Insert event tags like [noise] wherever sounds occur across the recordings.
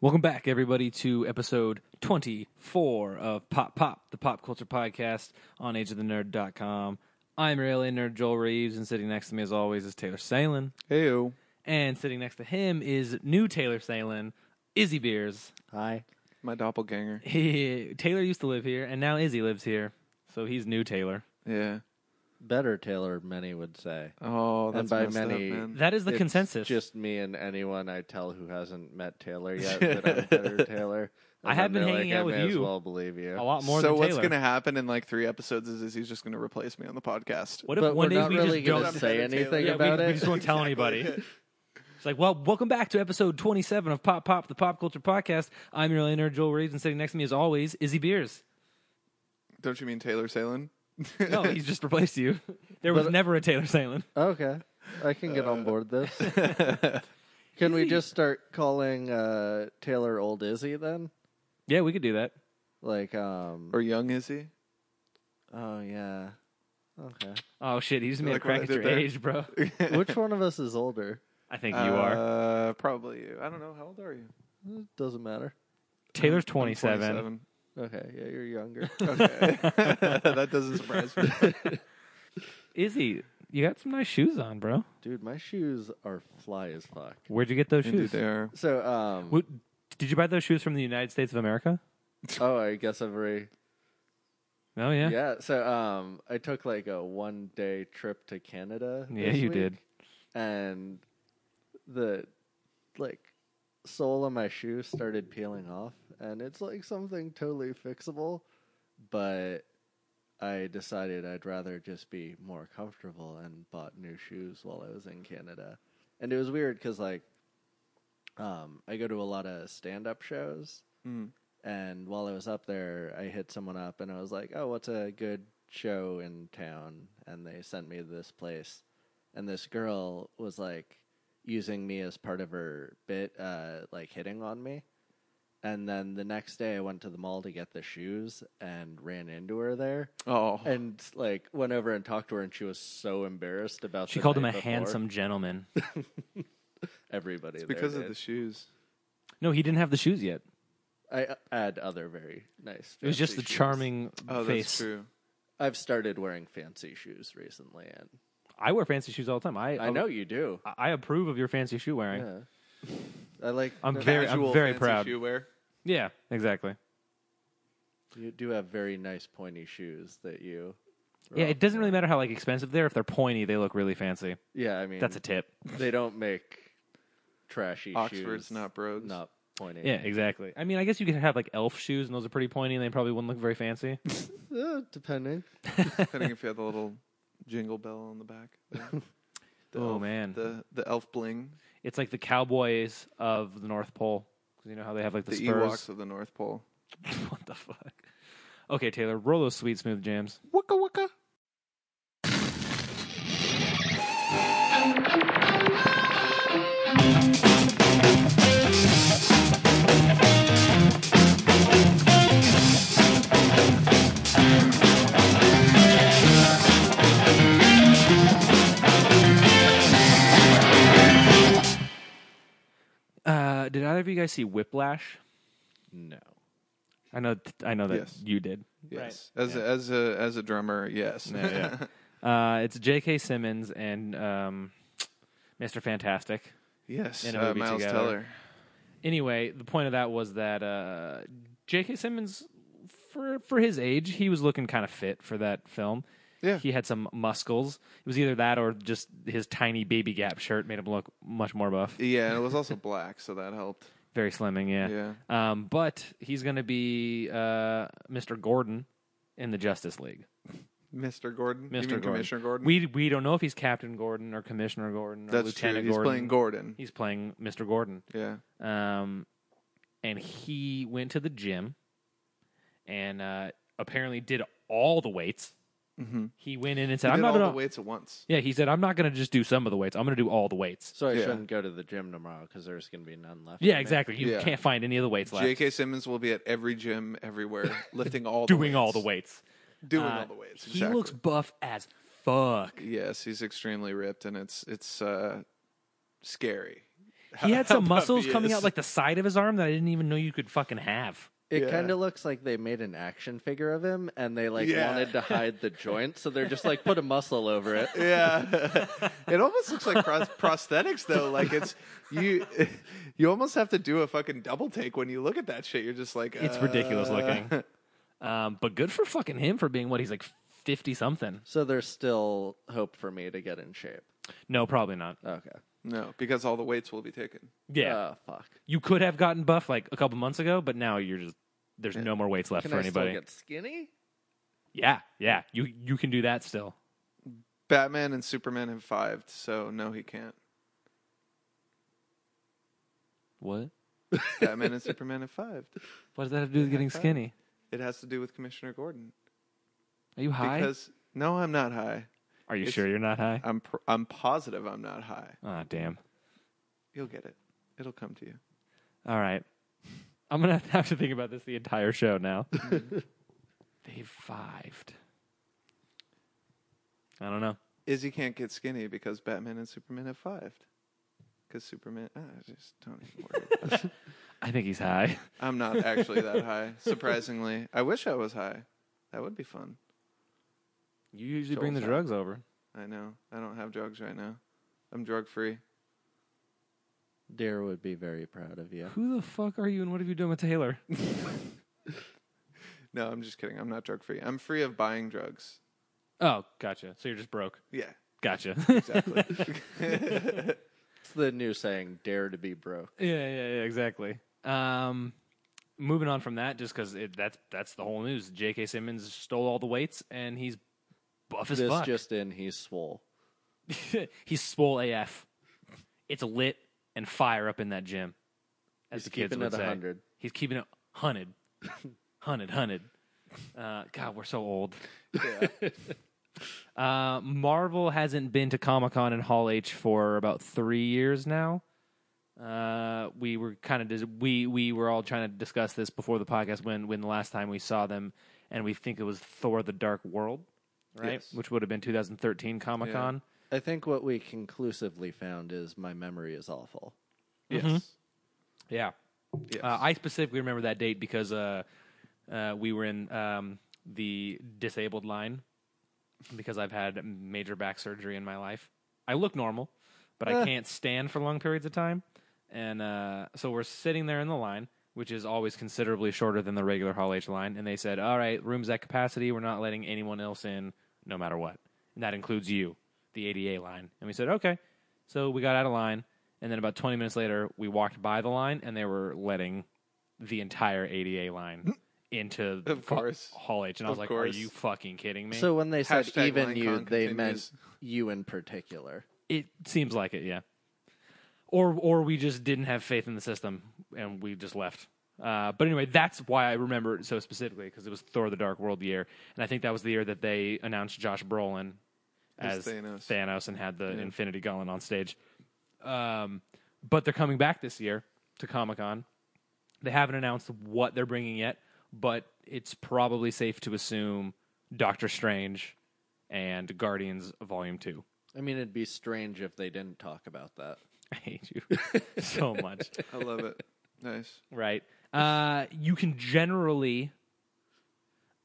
Welcome back, everybody, to episode 24 of Pop Pop, the pop culture podcast on ageofthenerd.com. I'm your alien nerd, Joel Reeves, and sitting next to me, as always, is Taylor Salen. Heyo. And sitting next to him is new Taylor Salen, Izzy Beers. [laughs] Hi. My doppelganger. Taylor used to live here, and now Izzy lives here, so he's new Taylor. Yeah. Better Taylor, many would say. Oh, And that's by messed up, many- man. That is the It's consensus. Just me and anyone I tell who hasn't met [laughs] Taylor yet that I'm better Taylor. I And have then been they're hanging like, out I with may as you Oh, well believe you. a lot more so than what's Taylor. gonna happen in like three episodes is, is he's just gonna replace me on the podcast. what if But one we're day not we really just going don't to I'm say better anything Taylor. Yeah, we- about we it. just [laughs] won't tell anybody. It's like, well, welcome back to episode 27 of Pop Pop, the pop culture podcast. I'm your leader, Joel Reeves, and sitting next to me, as always, Izzy Beers. Don't you mean Taylor [laughs] Salen? No, he's just replaced you. There was But- never a Taylor Salen. okay. I can get Uh, on board this. [laughs] Can we just start calling uh, Taylor old Izzy then? Yeah, we could do that. Like, um, or young [laughs] is he? oh yeah. Okay. Oh, shit, he just made a Like what I crack at did your there? age, bro. Which one of us is older? I think you are. Uh, probably you. I don't know. How old are you? Doesn't matter. Taylor's I'm 27. 27. Okay. Yeah, [laughs] you're younger. Okay. [laughs] that doesn't surprise me. Izzy, you got some nice shoes on, bro. Dude, my shoes are fly as fuck. Where'd you get those Indeed shoes? they are. So, um, What- Did you buy those shoes from the United States of America? oh, I guess every Oh, yeah. yeah. So, um, I took like a one day trip to Canada. Yeah, this you week, did. And the like sole of my shoe started peeling off, and it's like something totally fixable, but I decided I'd rather just be more comfortable and bought new shoes while I was in Canada. And it was weird because like, um, I go to a lot of stand up shows. Mm. And while I was up there, I hit someone up and I was like, "Oh, what's a good show in town?" And they sent me to this place. And this girl was like using me as part of her bit uh like hitting on me. And then the next day I went to the mall to get the shoes and ran into her there Oh. and like went over and talked to her and she was so embarrassed about She the called him night a before. handsome gentleman. everybody It's there because of did. the shoes. No, he didn't have the shoes yet. I uh, add other very nice It was just fancy the shoes. charming Oh, that's face. true. I've started wearing fancy shoes recently, and I wear fancy shoes all the time. I I know you do. I- I approve of your fancy shoe wearing. Yeah, Yeah. I like. I'm no, very- Casual very fancy proud. shoe wear. exactly. You do have very nice pointy shoes that you. Yeah, it doesn't really matter how like expensive they are. If they're pointy, they look really fancy. Yeah, I mean That's a tip. they don't make trashy Oxford's shoes. not brogues. [laughs] not pointy. Yeah, exactly. I mean, I guess you could have like elf shoes, and those are pretty pointy, and they probably wouldn't look very fancy. Uh, depending. Depending if you had the little jingle bell on the back. [laughs] there. [laughs] The Oh, elf- man. The the elf bling. it's like the cowboys of the North Pole. 'Cause You know how they have like the, The spurs. Ewoks of the North Pole. [laughs] what the fuck? Okay, Taylor, roll those sweet smooth jams. Waka waka. Uh, did either of you guys see Whiplash? No. I know, I know that Yes. you did. Yes. As a, as a as a drummer, yes. Yeah, yeah. uh, it's J.K. Simmons and um, Mr. Fantastic. [laughs] yes. In a Uh, movie Miles together. Teller. Anyway, the point of that was that uh, J.K. Simmons, for for his age, he was looking kind of fit for that film. Yeah. He had some muscles. It was either that or just his tiny baby gap shirt made him look much more buff. Yeah, and it was also black, so that helped. Very slimming, yeah. Yeah. Um, but he's going to be uh, Mr. Gordon in the Justice League. Mr. Gordon. Mr. You mean Gordon. Commissioner Gordon? We we don't know if he's Captain Gordon or Commissioner Gordon or That's true. Lieutenant He's Gordon. playing Gordon. He's playing Mr. Gordon. Yeah. um, and he went to the gym and uh, apparently did all the weights. Mhm. He went in and He said, "I'm did not all gonna." the weights at once. yeah, he said, "I'm not going to just do some of the weights. I'm going to do all the weights." So I Yeah. shouldn't go to the gym tomorrow because there's going to be none left. Yeah, for me. exactly. You Yeah. can't find any of the weights left. J.K. Simmons will be at every gym [laughs] everywhere, lifting all the doing all the weights. weights. Doing Uh, all the weights. He Exactly. looks buff as fuck. [laughs] Yes, he's extremely ripped, and it's it's uh, scary. He had how some puffy muscles he coming is. out like the side of his arm that I didn't even know you could fucking have. It Yeah. kind of looks like they made an action figure of him and they like Yeah. wanted to hide the joint, so they're just like put a muscle [laughs] over it. Yeah, it almost looks like pros- prosthetics though. Like it's you, [laughs] you almost have to do a fucking double take when you look at that shit. You're just like, It's uh, [laughs] ridiculous looking. Um, but good for fucking him for being what he's like fifty something. So there's still hope for me to get in shape. No, probably not. Okay. No, because all the weights will be taken. Yeah, Oh, fuck. you could have gotten buff like a couple months ago, but now you're just there's no more weights left Can for I anybody. still get skinny? yeah, yeah, you you can do that still. Batman and Superman have fived, so no, he can't. What? Batman and Superman have fived. What does that have to do with getting skinny? It has to do with Commissioner Gordon Are you high? because no, I'm not high. Are you it's- sure you're not high? I'm pr- I'm positive I'm not high. Ah, damn. You'll get it. It'll come to you. All right. [laughs] I'm going to have to think about this the entire show [laughs] now. [laughs] They've fived. I don't know. Izzy can't get skinny because Batman and Superman have fived. Because Superman, ah, just don't even worry. about it. I think he's high. [laughs] I'm not actually that high, surprisingly. I wish I was high. That would be fun. You usually bring the drugs over. I know. I don't have drugs right now. I'm drug free. Dare would be very proud of you. Who the fuck are you and what have you done with Taylor? No, I'm just kidding. I'm not drug free. I'm free of buying drugs. oh, gotcha. So you're just broke. Yeah, Gotcha. [laughs] [laughs] exactly. [laughs] It's the new saying, dare to be broke. yeah, yeah, yeah, exactly. Um, moving on from that, just because that's, that's the whole news. J.K. Simmons stole all the weights and he's buff as this fuck. just in, he's swole. [laughs] he's swole AF. It's lit and fire up in that gym. As He's the kids keeping would it a say. hundred. He's keeping it [laughs] hunted, hunted, hunted. Uh, God, we're so old. yeah. [laughs] Uh, Marvel hasn't been to Comic Con in Hall H for about three years now. Uh, we were kind of dis- we we were all trying to discuss this before the podcast when when the last time we saw them, and we think it was Thor: The Dark World, right? Yes. Which would have been 2013 Comic Con. I think what we conclusively found is my memory is awful. Yes. Mm-hmm. Yeah. Yes. Uh, I specifically remember that date because uh, uh, we were in um, the disabled line because I've had major back surgery in my life. I look normal, but Eh. I can't stand for long periods of time. And uh, so we're sitting there in the line, which is always considerably shorter than the regular Hall H line. And they said, All right, room's at capacity. We're not letting anyone else in no matter what. And that includes you, the ADA line. And we said, Okay. So we got out of line. And then about 20 minutes later, we walked by the line and they were letting the entire ADA [laughs] line into Of course. Hall H. And I was Of like, course. Are you fucking kidding me? So when they said Hashtag even line you, con they meant continues. you in particular. It seems like it, yeah. Or or we just didn't have faith in the system and we just left. Uh, but anyway, that's why I remember it so specifically because it was Thor: The Dark World year, and I think that was the year that they announced Josh Brolin as As Thanos, Thanos. and had the Infinity Gauntlet on stage. Um, but they're coming back this year to Comic Con. They haven't announced what they're bringing yet, but it's probably safe to assume Doctor Strange and Guardians Volume Two. I mean, it'd be strange if they didn't talk about that. [laughs] I hate you so much. I love it. Nice. Right. Uh, you can generally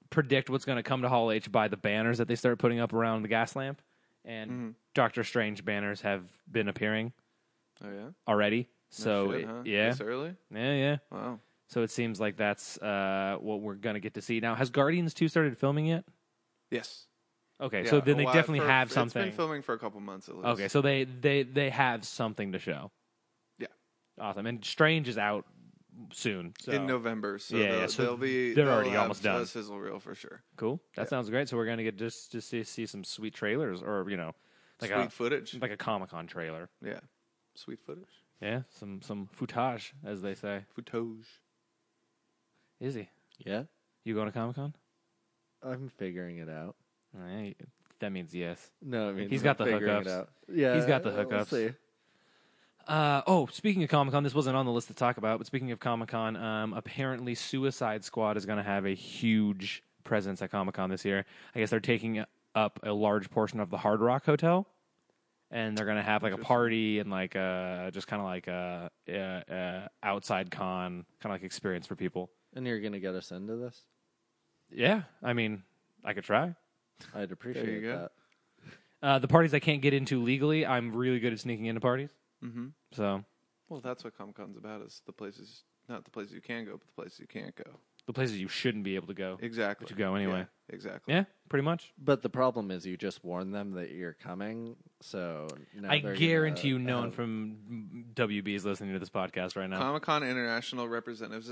predict what's going to come to Hall H by the banners that they start putting up around the gas lamp. And Mm-hmm. Doctor Strange banners have been appearing Oh yeah. already. No So, shit, it- huh? yeah. This early. Yeah, yeah. Wow. So it seems like that's uh, what we're going to get to see. Now, has Guardians 2 started filming yet? Yes. Okay, so Yeah, then they well, definitely for- have It's something. been filming for a couple months at least. Okay, so they, they, they have something to show. Yeah. Awesome. And Strange is out soon. So. In November, so, Yeah, yeah, they'll, so they'll be they're they'll already have almost done. A sizzle reel for sure. Cool. That sounds great. So we're gonna get just just see, see some sweet trailers, or you know, like Sweet footage. a like a Comic Con trailer. Yeah. Sweet footage. Yeah, some some footage, as they say. Footage. Izzy, Yeah, you going to Comic Con? I'm figuring it out. That means yes. No, I mean He's I'm got the figuring it hookups. out. Yeah, He's got the we'll hookups. see. Uh, oh, speaking of Comic Con, this wasn't on the list to talk about, but speaking of Comic Con, um, apparently Suicide Squad is going to have a huge presence at Comic Con this year. I guess they're taking up a large portion of the Hard Rock Hotel, and they're gonna have like a Interesting. party and like uh just kind of like a, uh uh outside con kind of like experience for people. And you're gonna get us into this? Yeah, I mean, I could try. I'd appreciate go. that. Uh, the parties I can't get into legally, I'm really good at sneaking into parties. Mm-hmm. So Well, that's what Comic Con's about is the places, not the places you can go, but the places you can't go. the places you shouldn't be able to go, Exactly. but you go anyway. Yeah, exactly. Yeah, pretty much. But the problem is, you just warn them that you're coming, so now I they're guarantee gonna you, no one have- from WB is listening to this podcast right now. Comic Con International representatives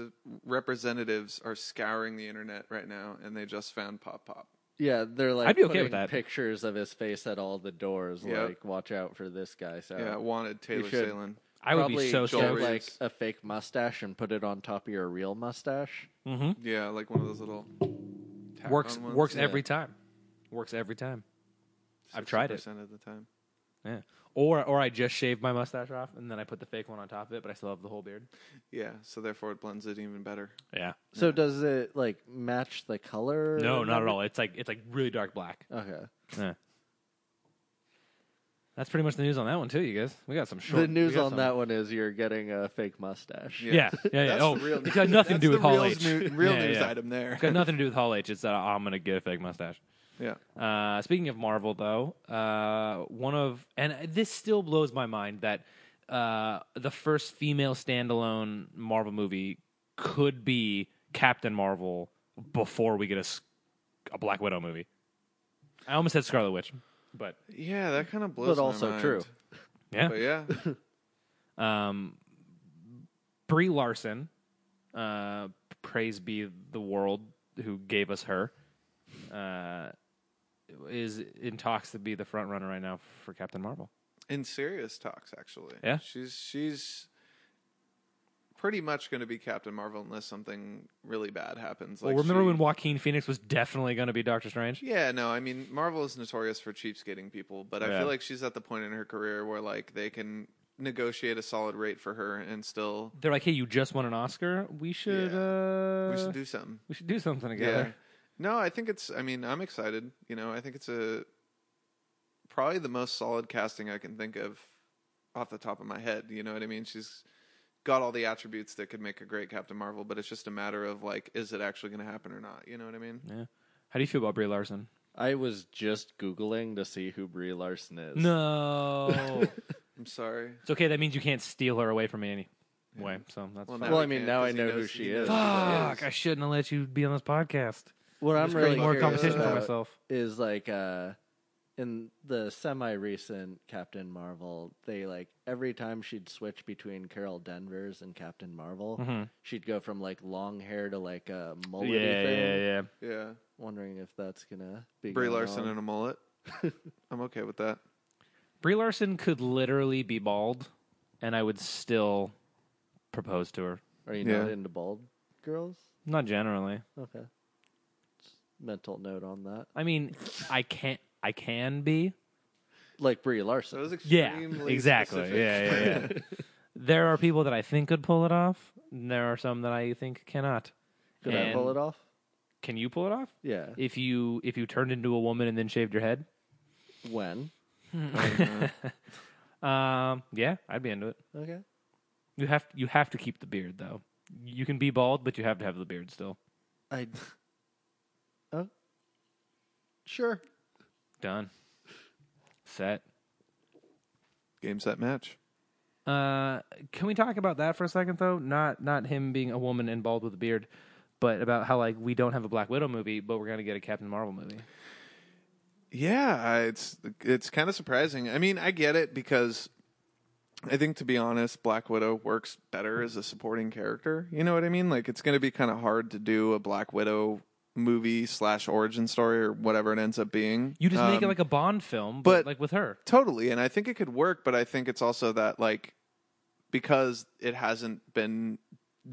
representatives are scouring the internet right now, and they just found Pop Pop. Yeah, they're like I'd be okay with putting that. pictures of his face at all the doors, Yep. like watch out for this guy. So Yeah, wanted Taylor should. Salen. I would Probably be so get, stoked. Joel like Reeves. a fake mustache and put it on top of your real mustache. hmm Yeah, like one of those little tap Works on ones. works yeah. every time. Works every time. I've tried it. 60% of the time. Yeah. Or or I just shaved my mustache off and then I put the fake one on top of it, but I still have the whole beard. Yeah, so therefore it blends it even better. Yeah. So does it like match the color? No, and not at all. It's like it's like really dark black. everything? [laughs] Okay. Yeah. That's pretty much the news on that one too, you guys. We got some short. the news we got on some- that one is you're getting a fake mustache. [laughs] Yeah. Yeah, yeah, yeah. That's oh, the real it's got nothing to do with That's the Hall real H. new- real Yeah, news yeah. item there. It's got nothing to do with Hall H. It's that I'm gonna get a fake mustache. Yeah. Uh, speaking of Marvel, though, uh, one of and this still blows my mind that uh, the first female standalone Marvel movie could be Captain Marvel before we get a, s- a Black Widow movie. I almost said Scarlet Witch, but Yeah, that kind of blows But my also mind. true. yeah. But [laughs] yeah, Um, Brie Larson, uh, praise be the world who gave us her, uh, is in talks to be the front runner right now for Captain Marvel. in serious talks actually. Yeah. She's she's pretty much going to be Captain Marvel unless something really bad happens like well, remember she- when Joaquin Phoenix was definitely going to be Doctor Strange? Yeah, no, I mean Marvel is notorious for cheapskating people, but I Yeah. feel like she's at the point in her career where like they can negotiate a solid rate for her and still They're like, "Hey, you just won an Oscar. We should, Yeah. uh, we should do something. we should do something Yeah. together." No, I think it's I mean, I'm excited. You know, I think it's a probably the most solid casting I can think of off the top of my head, you know what I mean? She's got all the attributes that could make a great Captain Marvel, but it's just a matter of like is it actually going to happen or not, you know what I mean? Yeah. How do you feel about Brie Larson? I was just googling to see who Brie Larson is. No, [laughs] I'm sorry. it's okay. That means you can't steal her away from me anyway. So that's Well, fine. now Well, he I mean, can't now 'cause I he know knows- who he she knows is. who she Fuck! I shouldn't have let you be on this podcast. What I'm Just really create More curious competition for about myself. is like uh, in the semi-recent Captain Marvel, they like every time she'd switch between Carol Danvers and Captain Marvel, Mhm. she'd go from like long hair to like a mullet Yeah, thing. yeah, yeah. Yeah. Wondering if that's gonna be Brie going Larson on. and a [laughs] mullet. I'm okay with that. Brie Larson could literally be bald, and I would still propose to her. Are you Yeah. not into bald girls? Not generally. Okay. Just Mental note on that. I mean, I can't. I can be. Like Brie So it Larson. was Yeah, extremely exactly. specific. Yeah, yeah, yeah. [laughs] there are people that I think could pull it off. And there are some that I think cannot. Could I And- pull it off? Can you pull it off? Yeah. If you if you turned into a woman and then shaved your head, [laughs] When? um, yeah, I'd be into it. Okay. You have you have to keep the beard though. You can be bald, but you have to have the beard still. I. Oh. Sure. Done. Set. Game set match. Uh, can we talk about that for a second though? Not not him being a woman and bald with a beard, but about how like we don't have a Black Widow movie, but we're gonna get a Captain Marvel movie. Yeah, I- it's it's kind of surprising. I mean, I get it because I think to be honest, Black Widow works better as a supporting character. You know what I mean? Like it's going to be kind of hard to do a Black Widow movie slash origin story or whatever it ends up being. You just make it Um, like a Bond film, but, but- like with her. totally and i think it could work but i think it's also that like because it hasn't been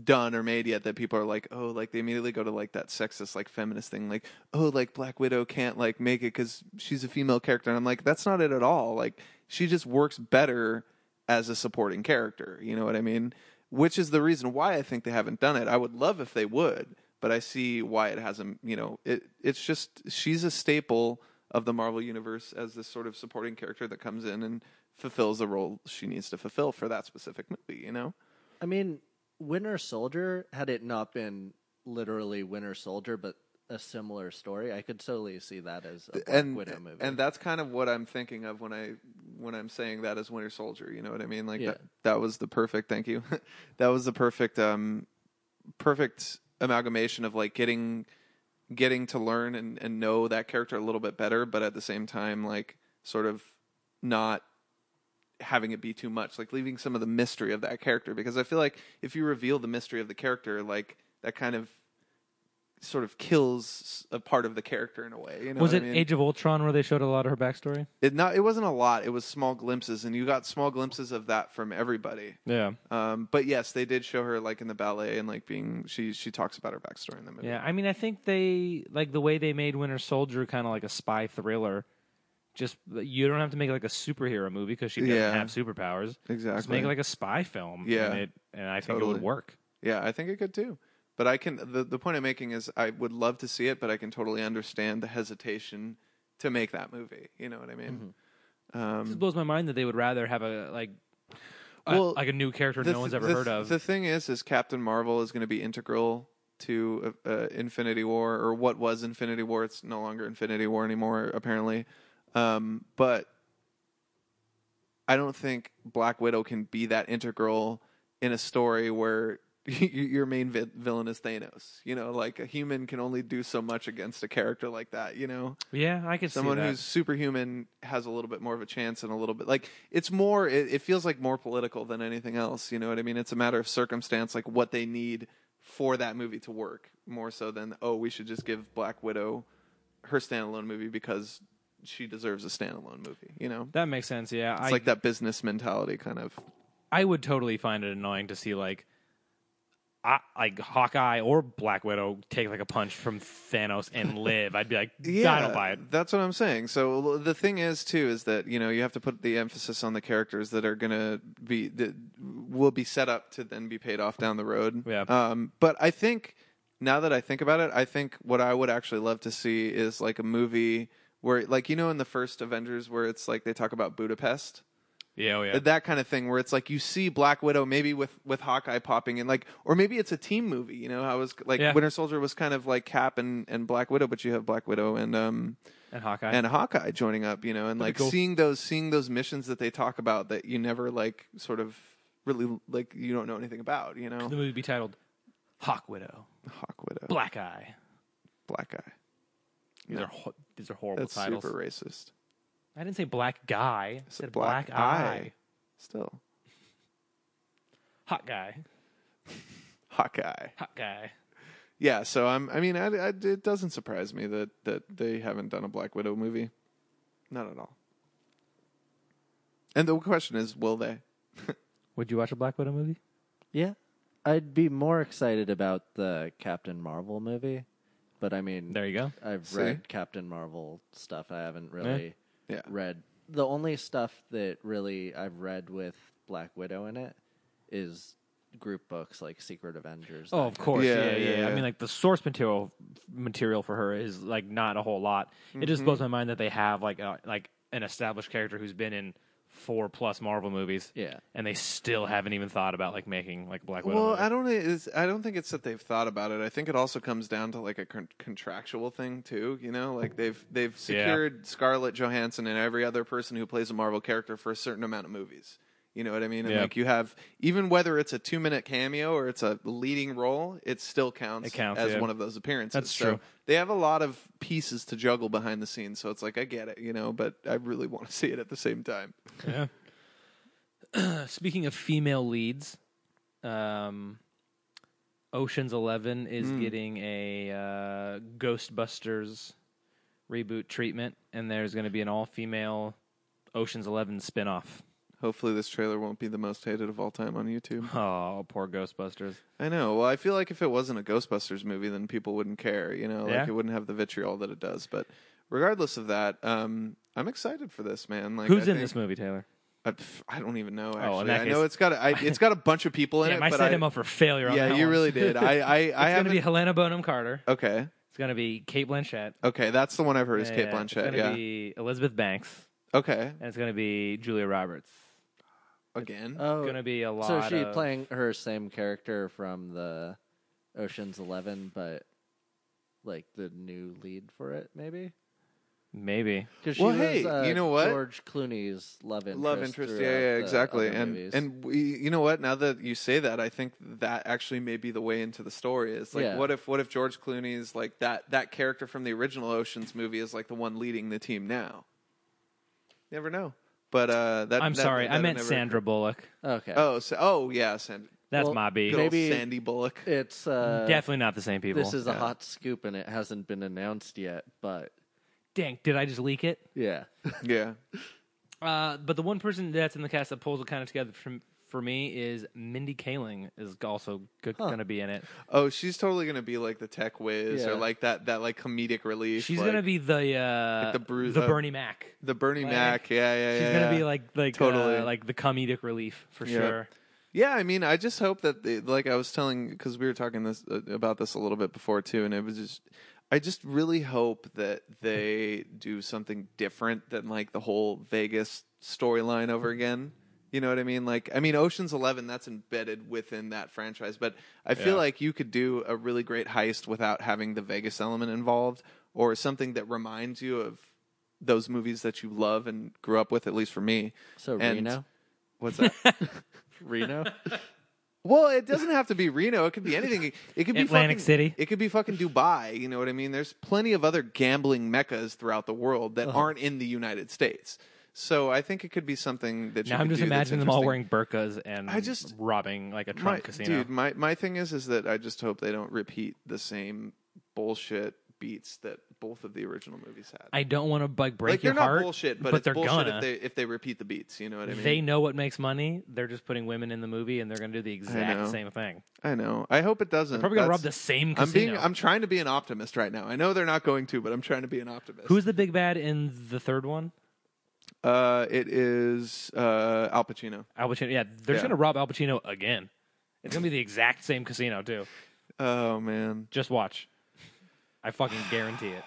done or made yet that people are like oh like they immediately go to like that sexist like feminist thing like oh like black widow can't like make it because she's a female character and i'm like that's not it at all like she just works better as a supporting character you know what i mean which is the reason why i think they haven't done it i would love if they would but i see why it hasn't you know it it's just she's a staple of the Marvel universe as this sort of supporting character that comes in and fulfills the role she needs to fulfill for that specific movie. You know, I mean, Winter Soldier, had it not been literally Winter Soldier, but a similar story, I could totally see that as a Black and Widow movie. and that's kind of what I'm thinking of when I when I'm saying that as Winter Soldier. You know what I mean? Like Yeah. that that was the perfect. Thank you. [laughs] that was the perfect um perfect amalgamation of like getting getting to learn and, and know that character a little bit better, but at the same time, like sort of not having it be too much, like leaving some of the mystery of that character. Because I feel like if you reveal the mystery of the character, like that kind of sort of kills a part of the character in a way. You know was what it I mean? Age of Ultron where they showed a lot of her backstory? it not it wasn't a lot. It was small glimpses, and you got small glimpses of that from everybody. Yeah, Um, but yes, they did show her like in the ballet and like being she she talks about her backstory in the movie. yeah. I mean, I think they like the way they made Winter Soldier kind of like a spy thriller. Just you don't have to make like a superhero movie because she doesn't Yeah. have superpowers. Just exactly. make like a spy film. Yeah. and, it, and I think it Totally. would work. Yeah, I think it could too. But I can the, the point I'm making is I would love to see it, but I can totally understand the hesitation to make that movie. You know what I mean? It Um, blows my mind that they would rather have a like, a- Well, like a new character the no one's th- ever the heard th- of. The thing is, is Captain Marvel is going to be integral to uh, uh, Infinity War or what was Infinity War. It's no longer Infinity War anymore, apparently. Um, but I don't think Black Widow can be that integral in a story where [laughs] y- your main vi- villain is Thanos. You know, like a human can only do so much against a character like that. You know, yeah, I could someone see that. who's superhuman has a little bit more of a chance and a little bit like it's more it, it feels like more political than anything else you know what i mean it's a matter of circumstance like what they need for that movie to work more so than oh we should just give black widow her standalone movie because she deserves a standalone movie you know that makes sense. Yeah, it's I like that business mentality kind of I would totally find it annoying to see like, I, like Hawkeye or Black Widow take like a punch from Thanos [laughs] and live. I'd be like, I don't buy it. That's what I'm saying. So l- the thing is too is that you know you have to put the emphasis on the characters that are gonna be that will be set up to then be paid off down the road. Yeah. Um, but I think now that I think about it, I think what I would actually love to see is like a movie where like you know in the first Avengers where it's like they talk about Budapest Yeah, oh, yeah. that kind of thing where it's like you see Black Widow maybe with with Hawkeye popping in like or maybe it's a team movie you know how it was like Yeah. Winter Soldier was kind of like Cap and and Black Widow but you have Black Widow and um and Hawkeye. and Hawkeye joining up you know and like cool. seeing those seeing those missions that they talk about that you never like sort of really like you don't know anything about you know the movie would be titled Hawk Widow, Hawk Widow Black Eye. Black Eye These are ho- these are horrible that's titles. super racist I didn't say Black Guy. I It's said a black, eye still Hot guy. Hawkeye Hot guy. yeah so i'm i mean I, I- it doesn't surprise me that that they haven't done a black widow movie not at all and the question is will they Would you watch a Black Widow movie? yeah, I'd be more excited about the Captain Marvel movie, but I mean, There you go. I've See? read Captain Marvel stuff. I haven't really yeah read the only stuff that really I've read with Black Widow in it is group books like Secret Avengers. Oh, that of kind course. Yeah Yeah, yeah, yeah, I yeah. mean, like the source material material for her is like not a whole lot. It just Mm-hmm. blows my mind that they have like a, like an established character who's been in four plus Marvel movies. Yeah. and they still haven't even thought about like making like Black Widow. well movie. i don't it's, i don't think it's that they've thought about it i think it also comes down to like a con- contractual thing too you know like they've they've Yeah. secured scarlett johansson and every other person who plays a marvel character for a certain amount of movies you know what i mean and Yeah. like you have even whether it's a two minute cameo or it's a leading role it still counts, It counts, as yeah. one of those appearances That's So true. they have a lot of pieces to juggle behind the scenes so it's like i get it you know but i really want to [laughs] see it at the same time Uh, Speaking of female leads, um, Ocean's Eleven is Mm. getting a uh, Ghostbusters reboot treatment, and there's going to be an all female Ocean's Eleven spin off. hopefully this trailer won't be the most hated of all time on youtube [laughs] Oh, poor Ghostbusters. I know. Well, I feel like if it wasn't a Ghostbusters movie, then people wouldn't care. You know, like Yeah. it wouldn't have the vitriol that it does. But regardless of that, um, I'm excited for this, man. Like, Who's I in this think- movie, Taylor? I, pff, I don't even know. Actually, Oh, in that I know case- it's got a, I, it's got a bunch [laughs] of people in Damn, it. I but set I, him up for failure. On yeah, that you one. really did. I I, [laughs] I It's going haven't. to be Helena Bonham Carter. okay, It's gonna be Kate Blanchett. Okay, that's the one I've heard is Kate It's gonna Blanchett. Yeah. be Elizabeth Banks, Okay. and it's gonna be Julia Roberts. Again. It's Oh, gonna be a lot. so she of, playing her same character from the Ocean's Eleven, but like the new lead for it, maybe. maybe. Because she Well, was hey, uh, you know what? George Clooney's love interest. Love interest, yeah, throughout yeah, the exactly, other and movies. and we, you know what? Now that you say that, I think that actually may be the way into the story. Is like, Yeah. what if what if George Clooney's like that that character from the original Ocean's movie is like the one leading the team now? Never know, but uh, that I'm that- sorry, I that'll meant never- Sandra Bullock. okay, Oh, so, oh yeah, Sand, That's Well, my B. good old Maybe- Sandy Bullock. [laughs] it's uh, Definitely not the same people. This is a Yeah. hot scoop, and it hasn't been announced yet. But Dang, did I just leak it? yeah, yeah, Uh, but the one person that's in the cast that pulls it kind of together for, for me is Mindy Kaling is also good, gonna be in it. oh, she's totally gonna be like the tech whiz or Yeah. like that that like comedic relief. She's like, gonna be the uh, like the Bru- the uh, Bernie Mac. the Bernie like, Mac. Yeah, yeah, yeah. She's gonna yeah. be like like Totally. uh, like the comedic relief for Yeah. sure. Yeah, I mean, I just hope that, they, like I was telling, because we were talking this uh, about this a little bit before too, and it was just, I just really hope that they do something different than like the whole Vegas storyline over again. You know what I mean? Like, I mean, Ocean's Eleven that's embedded within that franchise, but I feel Yeah. like you could do a really great heist without having the Vegas element involved, or something that reminds you of those movies that you love and grew up with. At least for me, so And- Reno, what's that? [laughs] Reno, Well, it doesn't have to be Reno. It could be anything. It could be Atlantic fucking, City. It could be fucking Dubai. You know what I mean? There's plenty of other gambling meccas throughout the world Uh-huh. that aren't in the United States. So I think it could be something that you Now I'm could just do that's imagining them all interesting. wearing burkas and I just- robbing like a Trump my, casino. Dude, my my thing is is that I just hope they don't repeat the same bullshit beats that both of the original movies had. I don't want to like break like your they're not heart, bullshit, but, it's they're bullshit gonna. if they if they repeat the beats. You know what I mean? They know what makes money. They're just putting women in the movie, and they're going to do the know. exact same thing. I know. I hope it doesn't. Probably going to rob the That's- same I'm casino. being. I'm trying to be an optimist right now. I know they're not going to, but I'm trying to be an optimist. Who's the big bad in the third one? Uh, it is uh, Al Pacino. Al Pacino. Yeah, they're Yeah. just going to rob Al Pacino again. It's going to be the exact same casino too. Oh man, Just watch. I fucking guarantee it.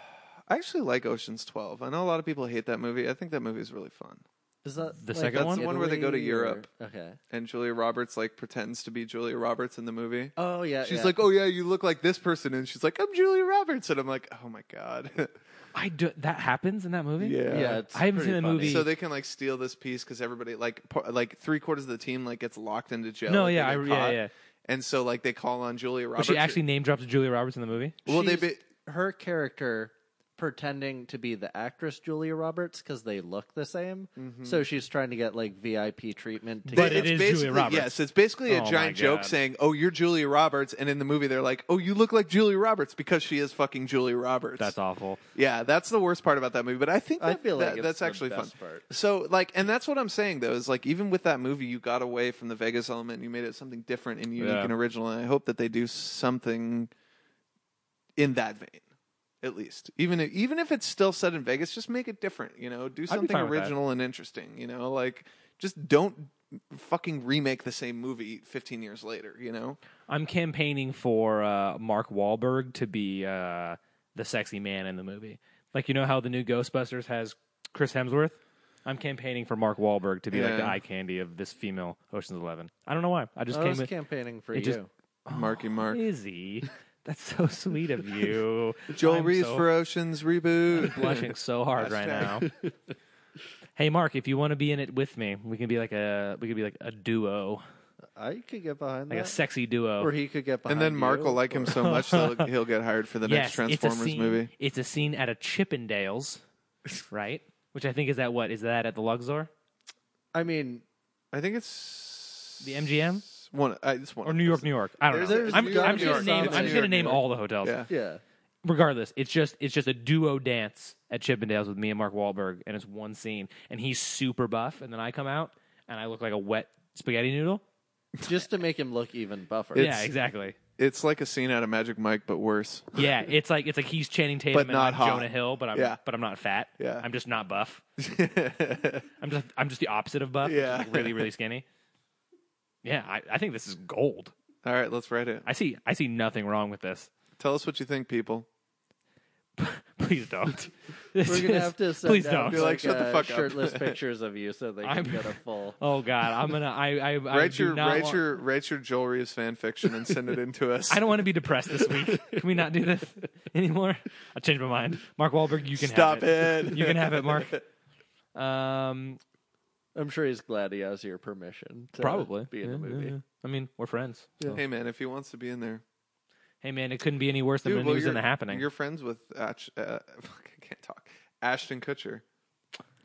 I actually like Ocean's Twelve. I know a lot of people hate that movie. I think that movie is really fun. is that The like, second That's one? the one where they go to Italy or- Europe. Okay. And Julia Roberts like pretends to be Julia Roberts in the movie. Oh yeah, She's yeah. like, "Oh yeah, you look like this person," and she's like, "I'm Julia Roberts," and I'm like, "Oh my god, [laughs] I do. That happens in that movie. yeah." yeah. It's I haven't seen pretty the funny. movie. So they can like steal this piece because everybody like par- like three quarters of the team like gets locked into jail. No, like, they yeah, I, get yeah, caught. yeah. And so like they call on Julia But Roberts. Oh, she actually name drops Julia Roberts in the movie. well, they She's- be- her character pretending to be the actress Julia Roberts because they look the same. Mm-hmm. So she's trying to get like VIP treatment. To But it get is Julia basically Roberts. Yes, it's basically a Oh my giant joke God. saying, "Oh, you're Julia Roberts," and in the movie they're like, "Oh, you look like Julia Roberts" because she is fucking Julia Roberts. That's awful. Yeah, that's the worst part about that movie. But I think I that- feel like that- it's that's the actually best fun. part. So like, and that's what I'm saying though is like, even with that movie, you got away from the Vegas element. and You made it something different and unique Yeah. and original. And I hope that they do something in that vein. At least, even if, even if it's still set in Vegas, just make it different. You know, do something fine with that. original and interesting. You know, like just don't fucking remake the same movie 15 years later. You know, I'm campaigning for uh, Mark Wahlberg to be uh, the sexy man in the movie. Like you know how the new Ghostbusters has Chris Hemsworth. I'm campaigning for Mark Wahlberg to be like the Yeah. eye candy of this female Ocean's Eleven. I don't know why. I just I came was with campaigning for you. it just- [sighs] Marky Mark, Izzy. [laughs] That's so sweet of you. Joel I'm Reeves so for Oceans reboot. blushing so hard right now. hey Mark, if you want to be in it with me, we can be like a we could be like a duo, I could get behind like a that. sexy duo. or he could get [laughs] And behind then Mark you, will like him so much that he'll get hired [laughs] for the next Transformers it's a scene, movie. It's a scene at a Chippendales, right? Which I think is that what is that at the Luxor I mean, I think it's The MGM? One, uh, it's one or of New York, those. New York? I don't There's- know. there's I'm, New York, I'm New just gonna York. name, It's I'm New just York, gonna New name York. all the hotels. Yeah. yeah. Regardless, it's just it's just a duo dance at Chippendales with me and Mark Wahlberg, and it's one scene, and he's super buff, and then I come out and I look like a wet spaghetti noodle. Just to make him look even buffer. yeah, exactly. It's like a scene out of Magic Mike, but worse. [laughs] Yeah, it's like it's like he's Channing Tatum But and not I'm hot. Jonah Hill, but I'm Yeah. but I'm not fat. Yeah. I'm just not buff. I'm just I'm just the opposite of buff. Yeah. Yeah, really [laughs] really skinny. Yeah, I, I think this is gold. All right, let's write it. I see I see nothing wrong with this. [laughs] Tell us what you think, people. Please don't. We're gonna have [laughs] to send please out don't. Be like, like, "Shut the uh, fuck up." [laughs] shirtless pictures of you so they can I'm- get a full. Oh God, I'm gonna. I I, I write do your not write want- your write your jewelry as fan fiction and send it in to [laughs] us. I don't want to be depressed this week. Can we not do this [laughs] anymore? I changed my mind. Mark Wahlberg, you can stop have it. it. You can have it, Mark. Um, I'm sure he's glad he has your permission. To probably be in the Yeah, yeah, movie. yeah. I mean, we're friends. so. [laughs] Hey man, if he wants to be in there, Hey man, it couldn't be any worse than Dude, when well, he was in the you're- happening. You're friends with Ash, uh, [laughs] fuck, I can't talk. Ashton Kutcher.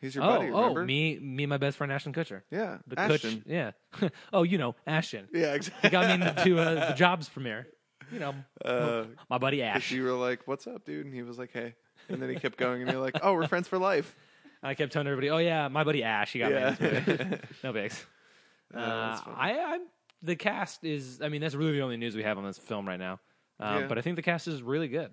He's your oh, buddy. oh, Remember? me, me, and my best friend Ashton Kutcher. Yeah, The Ashton. Kutch, yeah. [laughs] oh, you know Ashton. Yeah, He exactly. got [laughs] me into uh, the Jobs premiere. You know, Uh, my buddy 'cause Ash. you were like, "What's up, dude?" And he was like, "Hey." And then he kept going, and you're like, "Oh, we're friends for life." I kept telling everybody, "Oh yeah, my buddy Ash. He got me." in Yeah. [laughs] this movie." [laughs] no bigs. Uh, that's funny. I, I the cast is. I mean, that's really the only news we have on this film right now. Um, Yeah. But I think the cast is really good.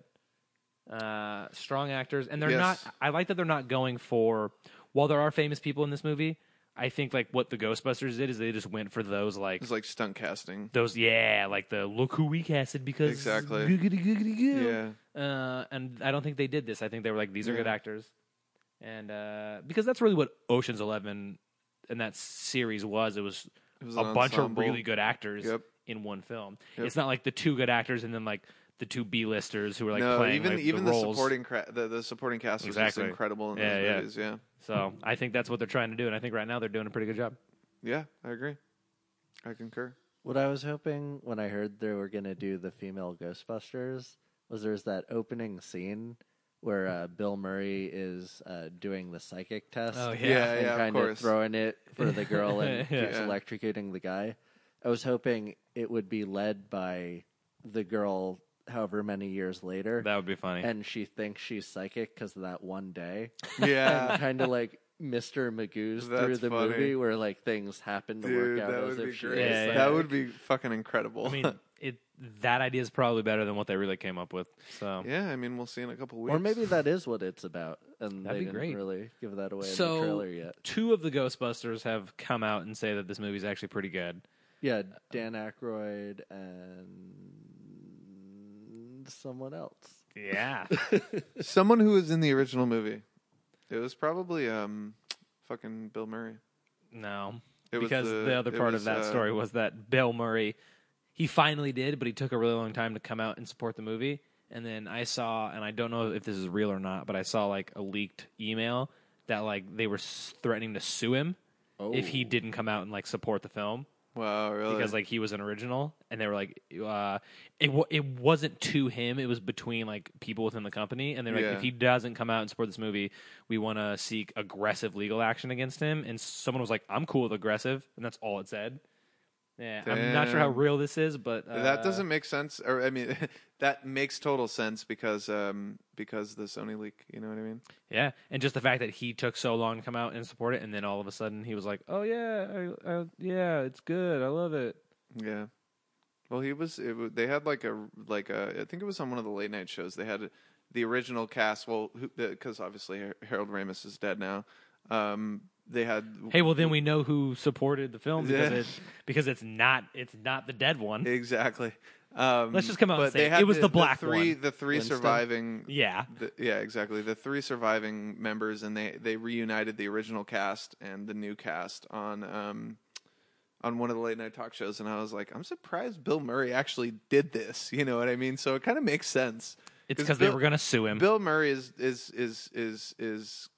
Uh, strong actors, and they're Yes. not. I like that they're not going for. While there are famous people in this movie, I think like what the Ghostbusters did is they just went for those like it's like stunt casting. those yeah like the look who we casted because Exactly. googity googity goo. Yeah. Uh, and I don't think they did this. I think they were like, these are good Yeah. actors, and uh, because that's really what Ocean's Eleven and that series was. It was, It was a an bunch of ensemble. really good actors Yep. in one film. Yep. It's not like the two good actors and then like the two B listers who are like no, playing even like, even the the, roles. supporting cra- the, the supporting cast was Exactly. just incredible in Yeah, those yeah. movies. Yeah, So I think that's what they're trying to do, and I think right now they're doing a pretty good job. yeah, I agree. I concur. What I was hoping when I heard they were going to do the female Ghostbusters was there's that opening scene where uh, Bill Murray is uh, doing the psychic test. Oh, yeah. Yeah, and yeah, of kind course. throwing it for the girl [laughs] and Yeah. keeps electrocuting the guy. I was hoping it would be led by the girl, however many years later, That would be funny. and she thinks she's psychic because of that one day. Yeah, kind of like [laughs] Mr. Magoo's through That's the funny. movie where like things happen to dude, work out that as would be if she great. is Yeah, yeah. That psychic. would be fucking incredible. I mean, it that idea is probably better than what they really came up with. So [laughs] yeah, I mean, we'll see in a couple weeks. Or maybe that is what it's about, and That'd they be didn't great. really give that away in So- the trailer yet. two of the Ghostbusters have come out and say that this movie's actually pretty good. uh, Yeah, Dan Aykroyd and someone else. Yeah. [laughs] someone who was in the original movie. It was probably um, fucking Bill Murray. [laughs] No, It was because the, other it part was, of that uh, story was that Bill Murray, he finally did, but he took a really long time to come out and support the movie. And then I saw, and I don't know if this is real or not, but I saw like a leaked email that like they were s- threatening to sue him if Oh. he didn't come out and like support the film Wow, really? because like he was an original, and they were like, uh, it w- it wasn't to him; it was between like people within the company, and they're like, Yeah. if he doesn't come out and support this movie, we want to seek aggressive legal action against him. And someone was like, "I'm cool with aggressive," and that's all it said. Yeah, I'm not sure how Damn. real this is, but uh, that doesn't make sense. Or I mean, [laughs] that makes total sense because um, because the Sony leak. You know what I mean? Yeah, and just the fact that he took so long to come out and support it, and then all of a sudden he was like, "Oh yeah, I, I, yeah, it's good, I love it." Yeah. Well, he was. It, wa- they had like a like a. I think it was on one of the late night shows. They had the original cast. Well, because obviously Har- Harold Ramis is dead now. Um, they had. Hey, well then we know who supported the film because Yeah. it because it's not it's not the dead one. exactly. Um, Let's just come out and but say they it. had It was the black three, one. The three Winston? surviving. yeah, The, yeah, exactly. The three surviving members, and they they reunited the original cast and the new cast on um on one of the late night talk shows, and I was like, I'm surprised Bill Murray actually did this. You know what I mean? So it kind of makes sense. It's 'Cause because they Bill- were going to sue him. Bill Murray is is is is is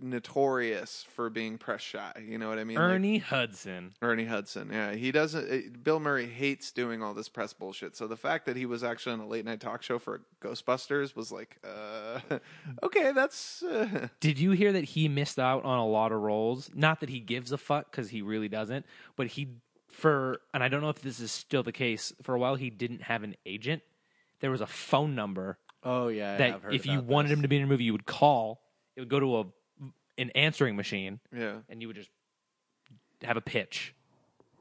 notorious for being press shy. You know what I mean? Like, Ernie Hudson. Ernie Hudson. Yeah, he doesn't. It, Bill Murray hates doing all this press bullshit. So the fact that he was actually on a late night talk show for Ghostbusters was like, uh, [laughs] okay, that's uh, [laughs] Did you hear that he missed out on a lot of roles? Not that he gives a fuck because he really doesn't, but he for and I don't know if this is still the case. For a while, he didn't have an agent. There was a phone number Oh yeah, I that have heard if you about wanted this. him to be in a movie, you would call. It would go to a an answering machine, yeah. and you would just have a pitch,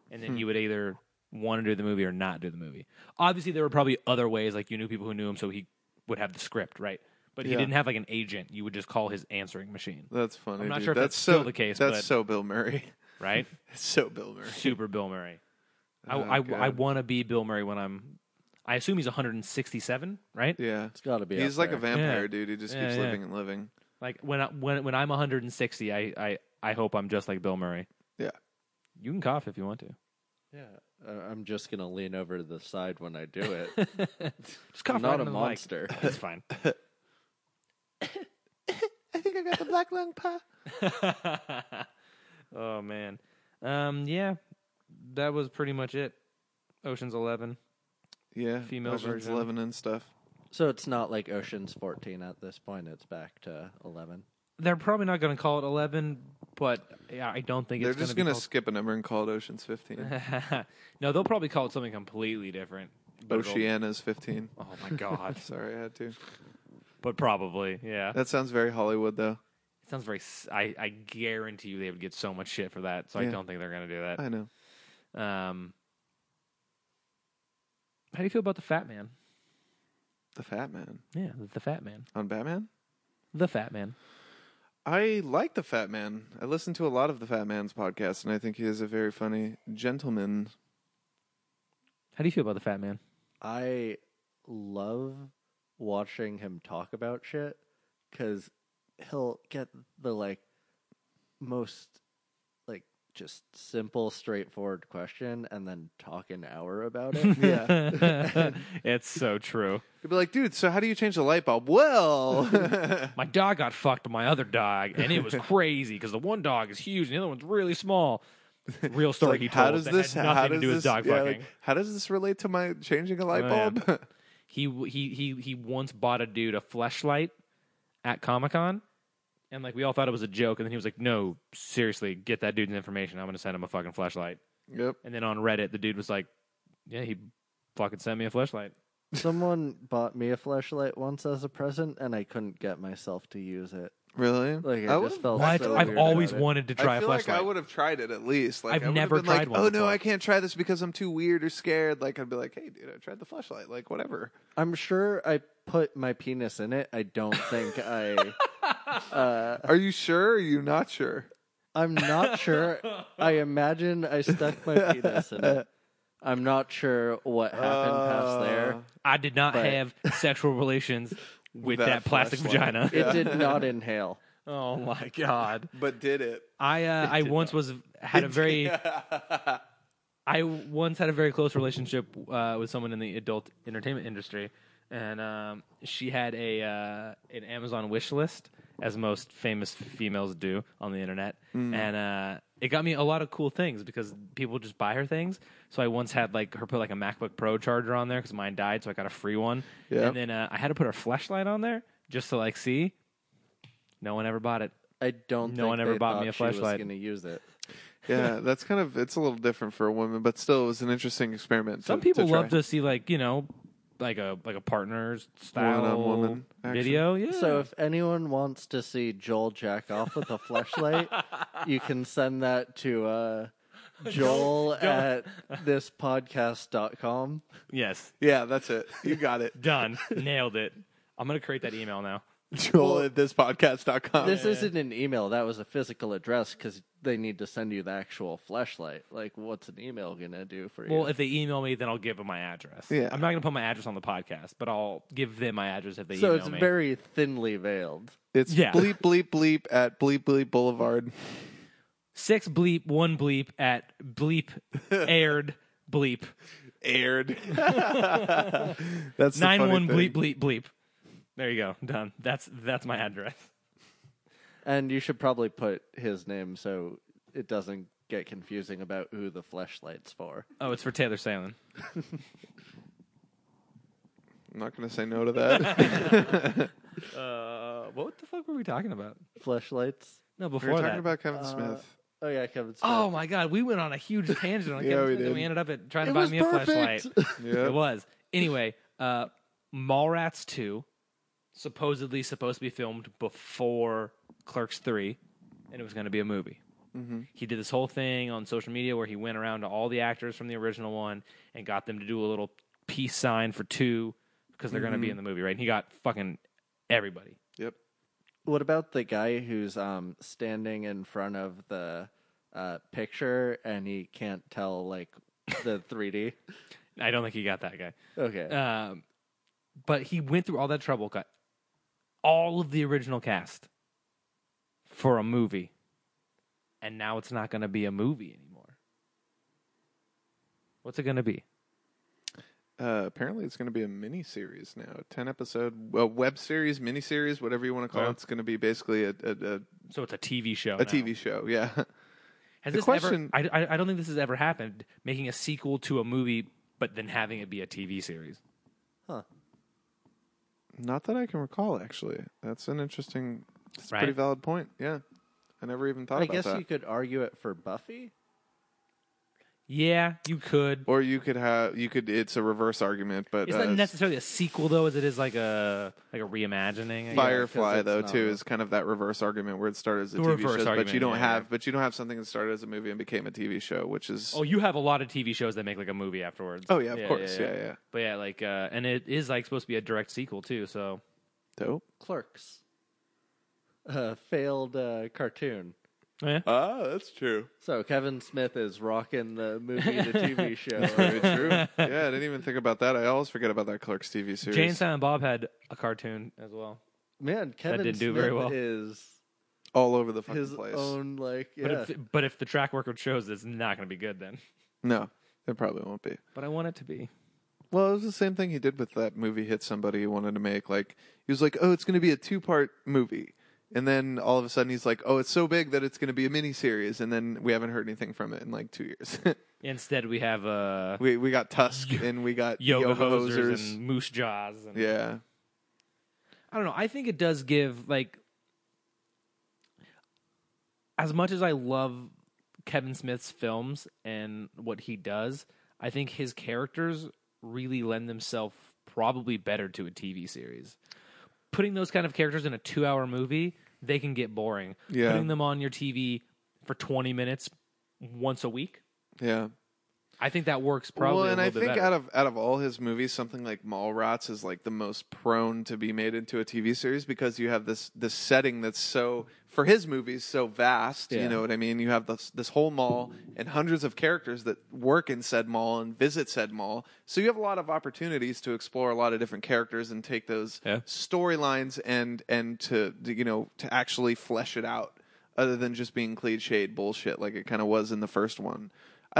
and Hmm. then you would either want to do the movie or not do the movie. Obviously, there were probably other ways, like you knew people who knew him, so he would have the script, right? But he Yeah. didn't have like an agent. You would just call his answering machine, That's funny. I'm not dude. sure if that's so, still the case, That's but- so Bill Murray. [laughs] right? [laughs] It's so Bill Murray. Super Bill Murray. I Oh, I, God. want to be Bill Murray when I'm. I assume he's 167, right? Yeah. It's got to be. He's up like there. a vampire, Yeah. dude. He just Yeah, keeps yeah. living and living. Like when I, when when I'm 160, I, I I hope I'm just like Bill Murray. Yeah. You can cough if you want to. Yeah, I- I'm just gonna lean over to the side when I do [laughs] it. Just cough. I'm not right a in the mic. [laughs] monster. It's fine. I think I got the black lung pie. oh man. Um. Yeah. That was pretty much it. Ocean's Eleven. [laughs] Yeah. Female Ocean's version. Eleven and stuff. so it's not like Ocean's 14 at this point. It's back to 11. They're probably not going to call it Eleven, but yeah, I don't think They're it's just going gonna to skip a number and call it Ocean's Fifteen. no, they'll probably call it something completely different. [laughs] But it'll- Oceana's Fifteen. Oh my god. Sorry, I had to. but probably, yeah. That sounds very Hollywood, though. It sounds very. s- I I guarantee you they would get so much shit for that. So I Yeah. don't think they're going to do I know. that. Um. How do you feel about the Fat Man? The Fat Man Yeah, the Fat Man. on Batman. The Fat Man. I like the Fat Man. I listen to a lot of the Fat Man's podcast, and I think he is a very funny gentleman. How do you feel about the Fat Man? I love watching him talk about shit because he'll get the like most like just simple, straightforward question and then talk an hour about [laughs] it. Yeah, it's so true. he'd be like, "Dude, so how do you change the light bulb?" Well, My dog got fucked by my other dog, and [laughs] it was crazy because the one dog is huge and the other one's really small. Real [laughs] story he Like, told how does that this had how nothing to does do this- with dog yeah, fucking. like, how does this relate to my changing a light Oh, yeah. bulb? [laughs] he he he he once bought a dude a fleshlight at Comic Con, and like we all thought it was a joke, and then he was like, "No, seriously, get that dude's information. I'm gonna send him a fucking flashlight." yep. And then on Reddit, the dude was like, "Yeah, he fucking sent me a flashlight." [laughs] Someone bought me a flashlight once as a present and I couldn't get myself to use it. Really? Like, it I just would've- felt I What? so feel like- I've weird always about it. wanted to try I a feel like flashlight. I would have tried it at least. Like I've I would've never been tried like, one Oh no, before. I can't try this because I'm too weird or scared. Like I'd be like, hey, dude, I tried the flashlight. Like whatever. I'm sure I put my penis in it. I don't think I. [laughs] Uh, Are you sure? Or are you not sure? I'm not sure. I imagine I stuck my penis in it. I'm not sure what happened past there. I did not But- have sexual [laughs] relations with That that, plastic flashlight. vagina. Yeah. It did not inhale. [laughs] Oh my god! But did it? I uh, I once was had a [laughs] very I once had a very close relationship uh, with someone in the adult entertainment industry, and um, she had a uh, an Amazon wish list, as most famous females do on the internet, and uh, it got me a lot of cool things because people just buy her things. So I once had like her put like a MacBook Pro charger on there because mine died, so I got a free one, Yep. and then uh, I had to put her flashlight on there just to like see. No one ever bought it. I don't. No think one ever they bought me thought a she was flashlight. Going to use it. [laughs] yeah, that's kind of it's a little different for a woman, but still, it was an interesting experiment. Some to- people to love try. to see like you know, like a like a partner's style One-on-woman action. video. Yeah. So if anyone wants to see Joel jack off with a flashlight, you can send that [laughs] to uh, Joel at thispodcast.com. yes, Yeah, that's it. You [laughs] got it. done, nailed it. I'm gonna create that email [laughs] now. Joel at Oh, thispodcast.com. This isn't an email. That was a physical address because they need to send you the actual flashlight. Like, what's an email going to do for you? Well, if they email me, then I'll give them my address. Yeah. I'm not gonna put my address on the podcast, but I'll give them my address if they so email it's me. very thinly veiled. It's Yeah. bleep bleep bleep at bleep bleep boulevard. Six bleep one bleep at [laughs] bleep aired bleep [laughs] Aired. that's the nine funny one thing. bleep bleep bleep. There you go, done. That's that's my address. And you should probably put his name so it doesn't get confusing about who the flashlight's for. Oh, it's for Taylor Salen. I'm not going to say no [laughs] to that. Uh, what the fuck were we talking about? Flashlights? No, we were before talking that. about Kevin Uh, Smith. Oh, yeah, Kevin Smith. Oh my god, we went on a huge tangent on Yeah, Kevin we Smith, and did. we ended up at trying It to buy was me perfect. a flashlight. [laughs] It was anyway. Uh, Mallrats two, supposedly supposed to be filmed before Clerks three, and it was going to be a movie. He did this whole thing on social media where he went around to all the actors from the original one and got them to do a little peace sign for two because they're going to be in the movie, right? And he got fucking everybody. Yep. What about the guy who's um, standing in front of [laughs] the uh, picture and he can't tell, like, the 3D? I don't think he got that guy. Okay. Um, but he went through all that trouble, got all of the original cast for a movie, and now it's not going to be a movie anymore. What's it going to be? Uh, apparently, it's going to be a mini series now, a ten episode uh, web series, mini series, whatever you want to call Yeah. it. It's going to be basically a a, a, So it's a TV show. a TV show. Yeah, Has the this question- ever? I, I I don't think this has ever happened. Making a sequel to a movie, but then having it be a TV series. huh. not that I can recall. Actually, that's an interesting, that's a Right. pretty valid point. Yeah, I never even thought I about guess that. you could argue it for Buffy. Yeah, you could. Or you could have you could. It's a reverse argument, but It's uh, not necessarily a sequel though, as it is like a like a reimagining. I guess. Firefly 'cause it's though not too a- is kind of that reverse argument where it started as a The TV reverse show, but you argument, don't yeah, have yeah. but you don't have something that started as a movie and became a TV show, which is Oh, you have a lot of TV shows that make like a movie afterwards. oh yeah, of course, yeah, yeah, But yeah, like, uh, and it is like supposed to be a direct sequel too. So dope. Clerks. Uh, failed uh, cartoon. Oh, yeah, Ah, that's true. So Kevin Smith is rocking the movie [laughs] to TV show. Very true. Yeah, I didn't even think about that. I always forget about that Clerks TV series. Jane Silent Bob had a cartoon as well, Man, Kevin didn't do Smith very well. is all over the fucking his place. own like but yeah. if but if the track record shows, it's not going to be good then. No, it probably won't be. But I want it to be. Well, it was the same thing he did with that movie hit somebody he wanted to make. Like he was like, "Oh, it's going to be a two-part movie," and then all of a sudden he's like, "Oh, it's so big that it's going to be a miniseries," and then we haven't heard anything from it in like two years. [laughs] Instead, we have uh, we we got Tusk and we got yoga, Yoga hosers, Hosers. and moose jaws. And, yeah, I don't know. I think it does give like as much as I love Kevin Smith's films and what he does, I think his characters really lend themselves probably better to a TV series. Putting those kind of characters in a 2-hour movie, they can get boring. Yeah. Putting them on your TV for 20 minutes once a week, yeah. I think that works probably well, and a I little bit think better. out of out of all his movies, something like Mallrats is like the most prone to be made into a TV series because you have this this setting that's so for his movies so vast. You Yeah. know what I mean? You have this this whole mall and hundreds of characters that work in said mall and visit said mall. So you have a lot of opportunities to explore a lot of different characters and take those Yeah. storylines and and to, to, you know to actually flesh it out other than just being cliched bullshit like it kind of was in the first one. I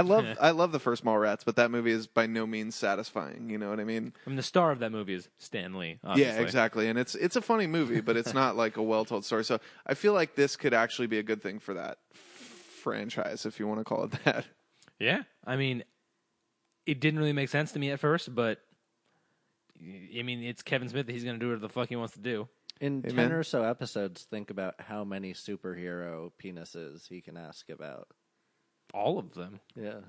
[laughs] love I love the first Mallrats, but that movie is by no means satisfying. You know what I mean? I mean, the star of that movie is Stan Lee, obviously. Yeah, exactly. And it's it's a funny movie, but it's not like a well told story. So I feel like this could actually be a good thing for that f- franchise, if you want to call it that. [laughs] Yeah. I mean, it didn't really make sense to me at first, but I mean, it's Kevin Smith. He's going to do whatever the fuck he wants to do. In Hey, ten man. or so episodes, think about how many superhero penises he can ask about. All of them. Yeah.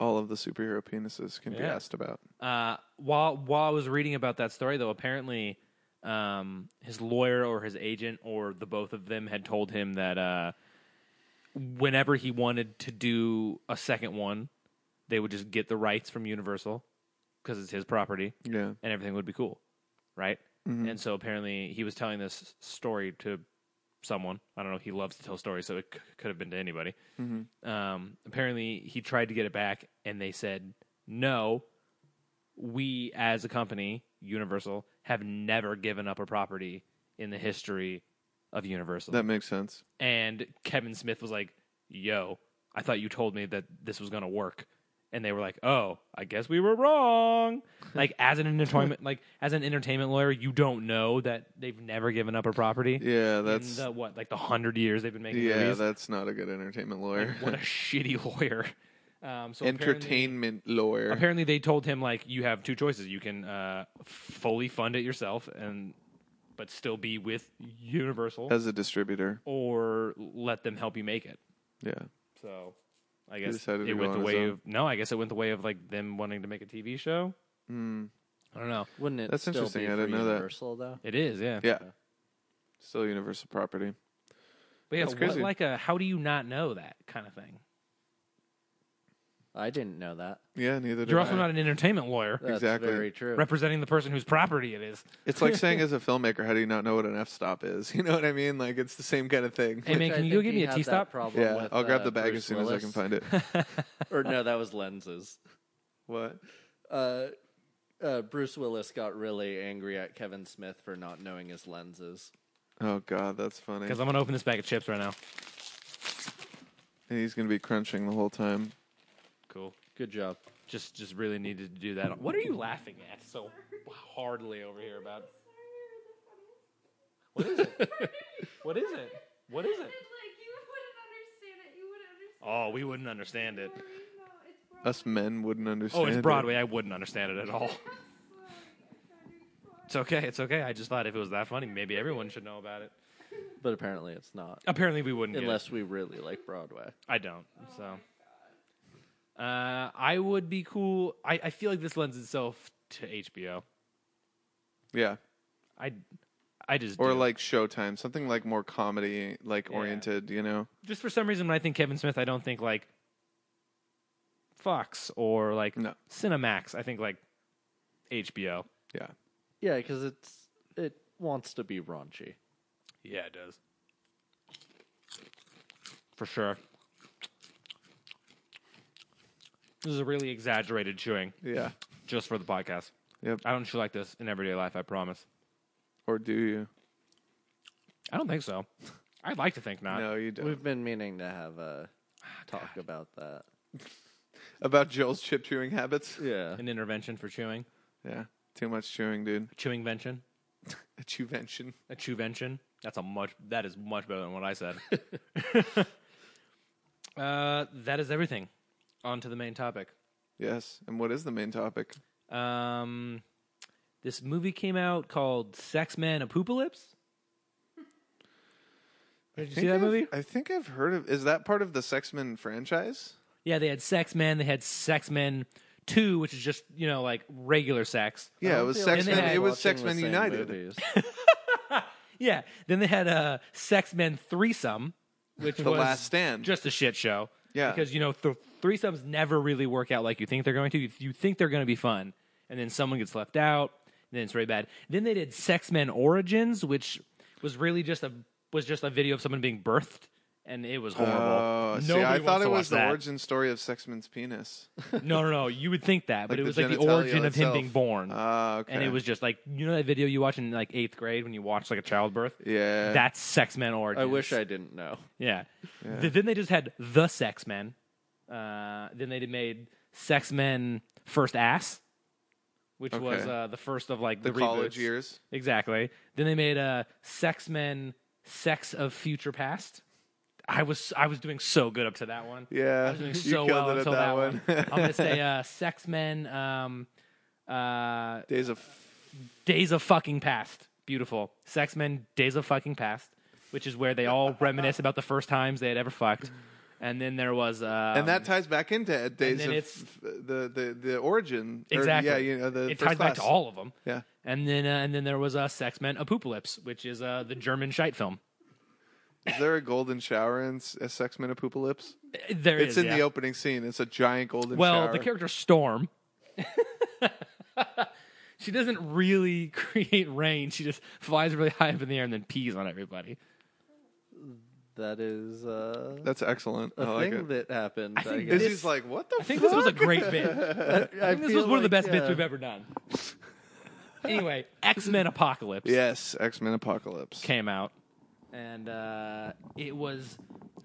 All of the superhero penises can be Yeah. asked about. Uh, while while I was reading about that story, though, apparently um, his lawyer or his agent or the both of them had told him that uh, whenever he wanted to do a second one, they would just get the rights from Universal because it's his property. Yeah, and everything would be cool, right? And so apparently he was telling this s- story to someone. I don't know. He loves to tell stories, so it c- could have been to anybody. Um, apparently he tried to get it back, and they said no. We as a company, Universal, have never given up a property in the history of Universal. that makes sense. and Kevin Smith was like, "Yo, I thought you told me that this was gonna work." And they were like, "Oh, I guess we were wrong." like as an entertainment, like as an entertainment lawyer, you don't know that they've never given up a property. Yeah, in that's the, what like the hundred years they've been making yeah, uh, movies. that's not a good entertainment lawyer. [laughs] what a shitty lawyer. Um, so apparently- entertainment lawyer. apparently they told him like you have two choices you can uh, fully fund it yourself and but still be with universal as a distributor. or let them help you make it Yeah, so I guess decided to it go went on the his way own. of no. I guess it went the way of like them wanting to make a TV show. Hmm. I don't know. Wouldn't it That's still interesting, be I for didn't know that. Universal though? It is, yeah. yeah, still universal property. But yeah, That's what, crazy. like a how do you not know that kind of thing? I didn't know that. Yeah, neither. You're did also I. not an entertainment lawyer That's Exactly. very true. representing the person whose property it is. It's [laughs] like saying as a filmmaker, how do you not know what an f stop is? [laughs] You know what I mean? Like it's the same kind of thing. Hey man, Which I can you go think give he me a had T that stop? problem yeah, with, I'll grab uh, the bag [laughs] Bruce as soon as I Willis. can find it. Or no, that was lenses. what? uh, uh, Bruce Willis got really angry at Kevin Smith for not knowing his lenses. Oh god, that's funny. Because I'm gonna open this bag of chips right now. And he's gonna be crunching the whole time. Cool. Good [laughs] job. Just just really needed to do that. What are you laughing at so hardly over here about? What is it? [laughs] What is it? [laughs] What is it? Like you wouldn't understand it. You wouldn't understand. Oh, we wouldn't understand it. Sorry, no, it's [laughs] broad- Us men wouldn't understand. Oh, it's it. Broadway. I wouldn't understand it at [laughs] all. Sorry, sorry. It's okay. It's okay. I just thought if it was that funny, maybe everyone should know about it. But apparently it's not. Apparently, we wouldn't. get it. Unless we really like Broadway. I don't. So, uh, I would be cool. I, I feel like this lends itself to HBO. Yeah. I, I just Or do. like Showtime, something like more comedy like Yeah. oriented, you know. just for some reason when I think Kevin Smith, I don't think like Fox or like No. Cinemax. I think like HBO. Yeah. Yeah, because it's it wants to be raunchy. Yeah, it does. For sure. This is a really exaggerated chewing, [laughs] Yeah. just for the podcast. Yep. I don't chew like this in everyday life. I promise. Or do you? I don't think so. I'd like to think not. No, you don't. We've been meaning to have a talk about that. About Joel's chip chewing habits. Yeah. An intervention for chewing, Yeah. Too much chewing, dude. chewingvention, A chewvention. a chewvention. That's a much. That is much better than what I [laughs] said. [laughs] uh, that is everything. On to the main topic. Yes. And what is the main topic? Um, this movie came out called Sex Man Apocalypse. Did you see Think that I've- movie? [laughs] I think I've heard of is that part of the Sex Men franchise? Yeah, they had Sex Man. They had Sex Men Two, which is just you know like regular sex. Yeah, it was Sex like Men we're it was Sex Men United. [laughs] Yeah. Then they had a Sex Men threesome, which The was Last Stand. just a shit show. Yeah. because you know th- threesomes never really work out like you think they're going to. You, you think they're going to be fun, and then someone gets left out, and then it's really bad. Then they did Sex Men Origins, which was really just a was just a video of someone being birthed, and it was horrible. Oh, see, Nobody I wants thought to it watch was the that. origin story of Sex Men's penis. [laughs] No, no, no. You would think that, but Like it the was like the genitalia origin of him itself. being born. Ah, [laughs] okay. And it was just like you know that video you watch in like eighth grade when you watch like a childbirth. Yeah. That's Sex Men Origins. [laughs] I wish I didn't know. Yeah. Th- then they just had the Sex Men. Uh, then they made Sex Men First Ass, which was Okay. uh, the first of like the the, college reboots. years. Exactly. Then they made uh, Sex Men Sex of Future Past. I was I was doing so good up to that one. Yeah, I was doing you so killed well it at until that, that one. one. I'm gonna say uh, Sex Men um, uh, [laughs] Days of Days of Fucking Past. Beautiful. Sex Men Days of Fucking Past, which is where they [laughs] all reminisce about the first times they had ever fucked. And then there was uh and that ties back into Days then of it's- f- the the the origin. Or, exactly yeah, you know the it first ties back to class. all of them. Yeah. And then uh, and then there was uh, Sex Men Apocalypse, which is uh, the German shite film. Is there a golden shower in S- uh, Sex Men Apocalypse? Uh, There It's is, in yeah. the opening scene. It's a giant golden Well, shower. the character Storm. [laughs] she doesn't really [laughs] create rain. She just flies really high up in the air and then pees on everybody. That is uh, That's excellent. I a like thing it. that happened. I, think guess. Izzy's this- like, what the? I think this was a great bit. I I think this feel was one of the like, best uh, bits yeah, we've ever [laughs] done. anyway, X Men Apocalypse yes, X Men Apocalypse. came out, and uh, it was.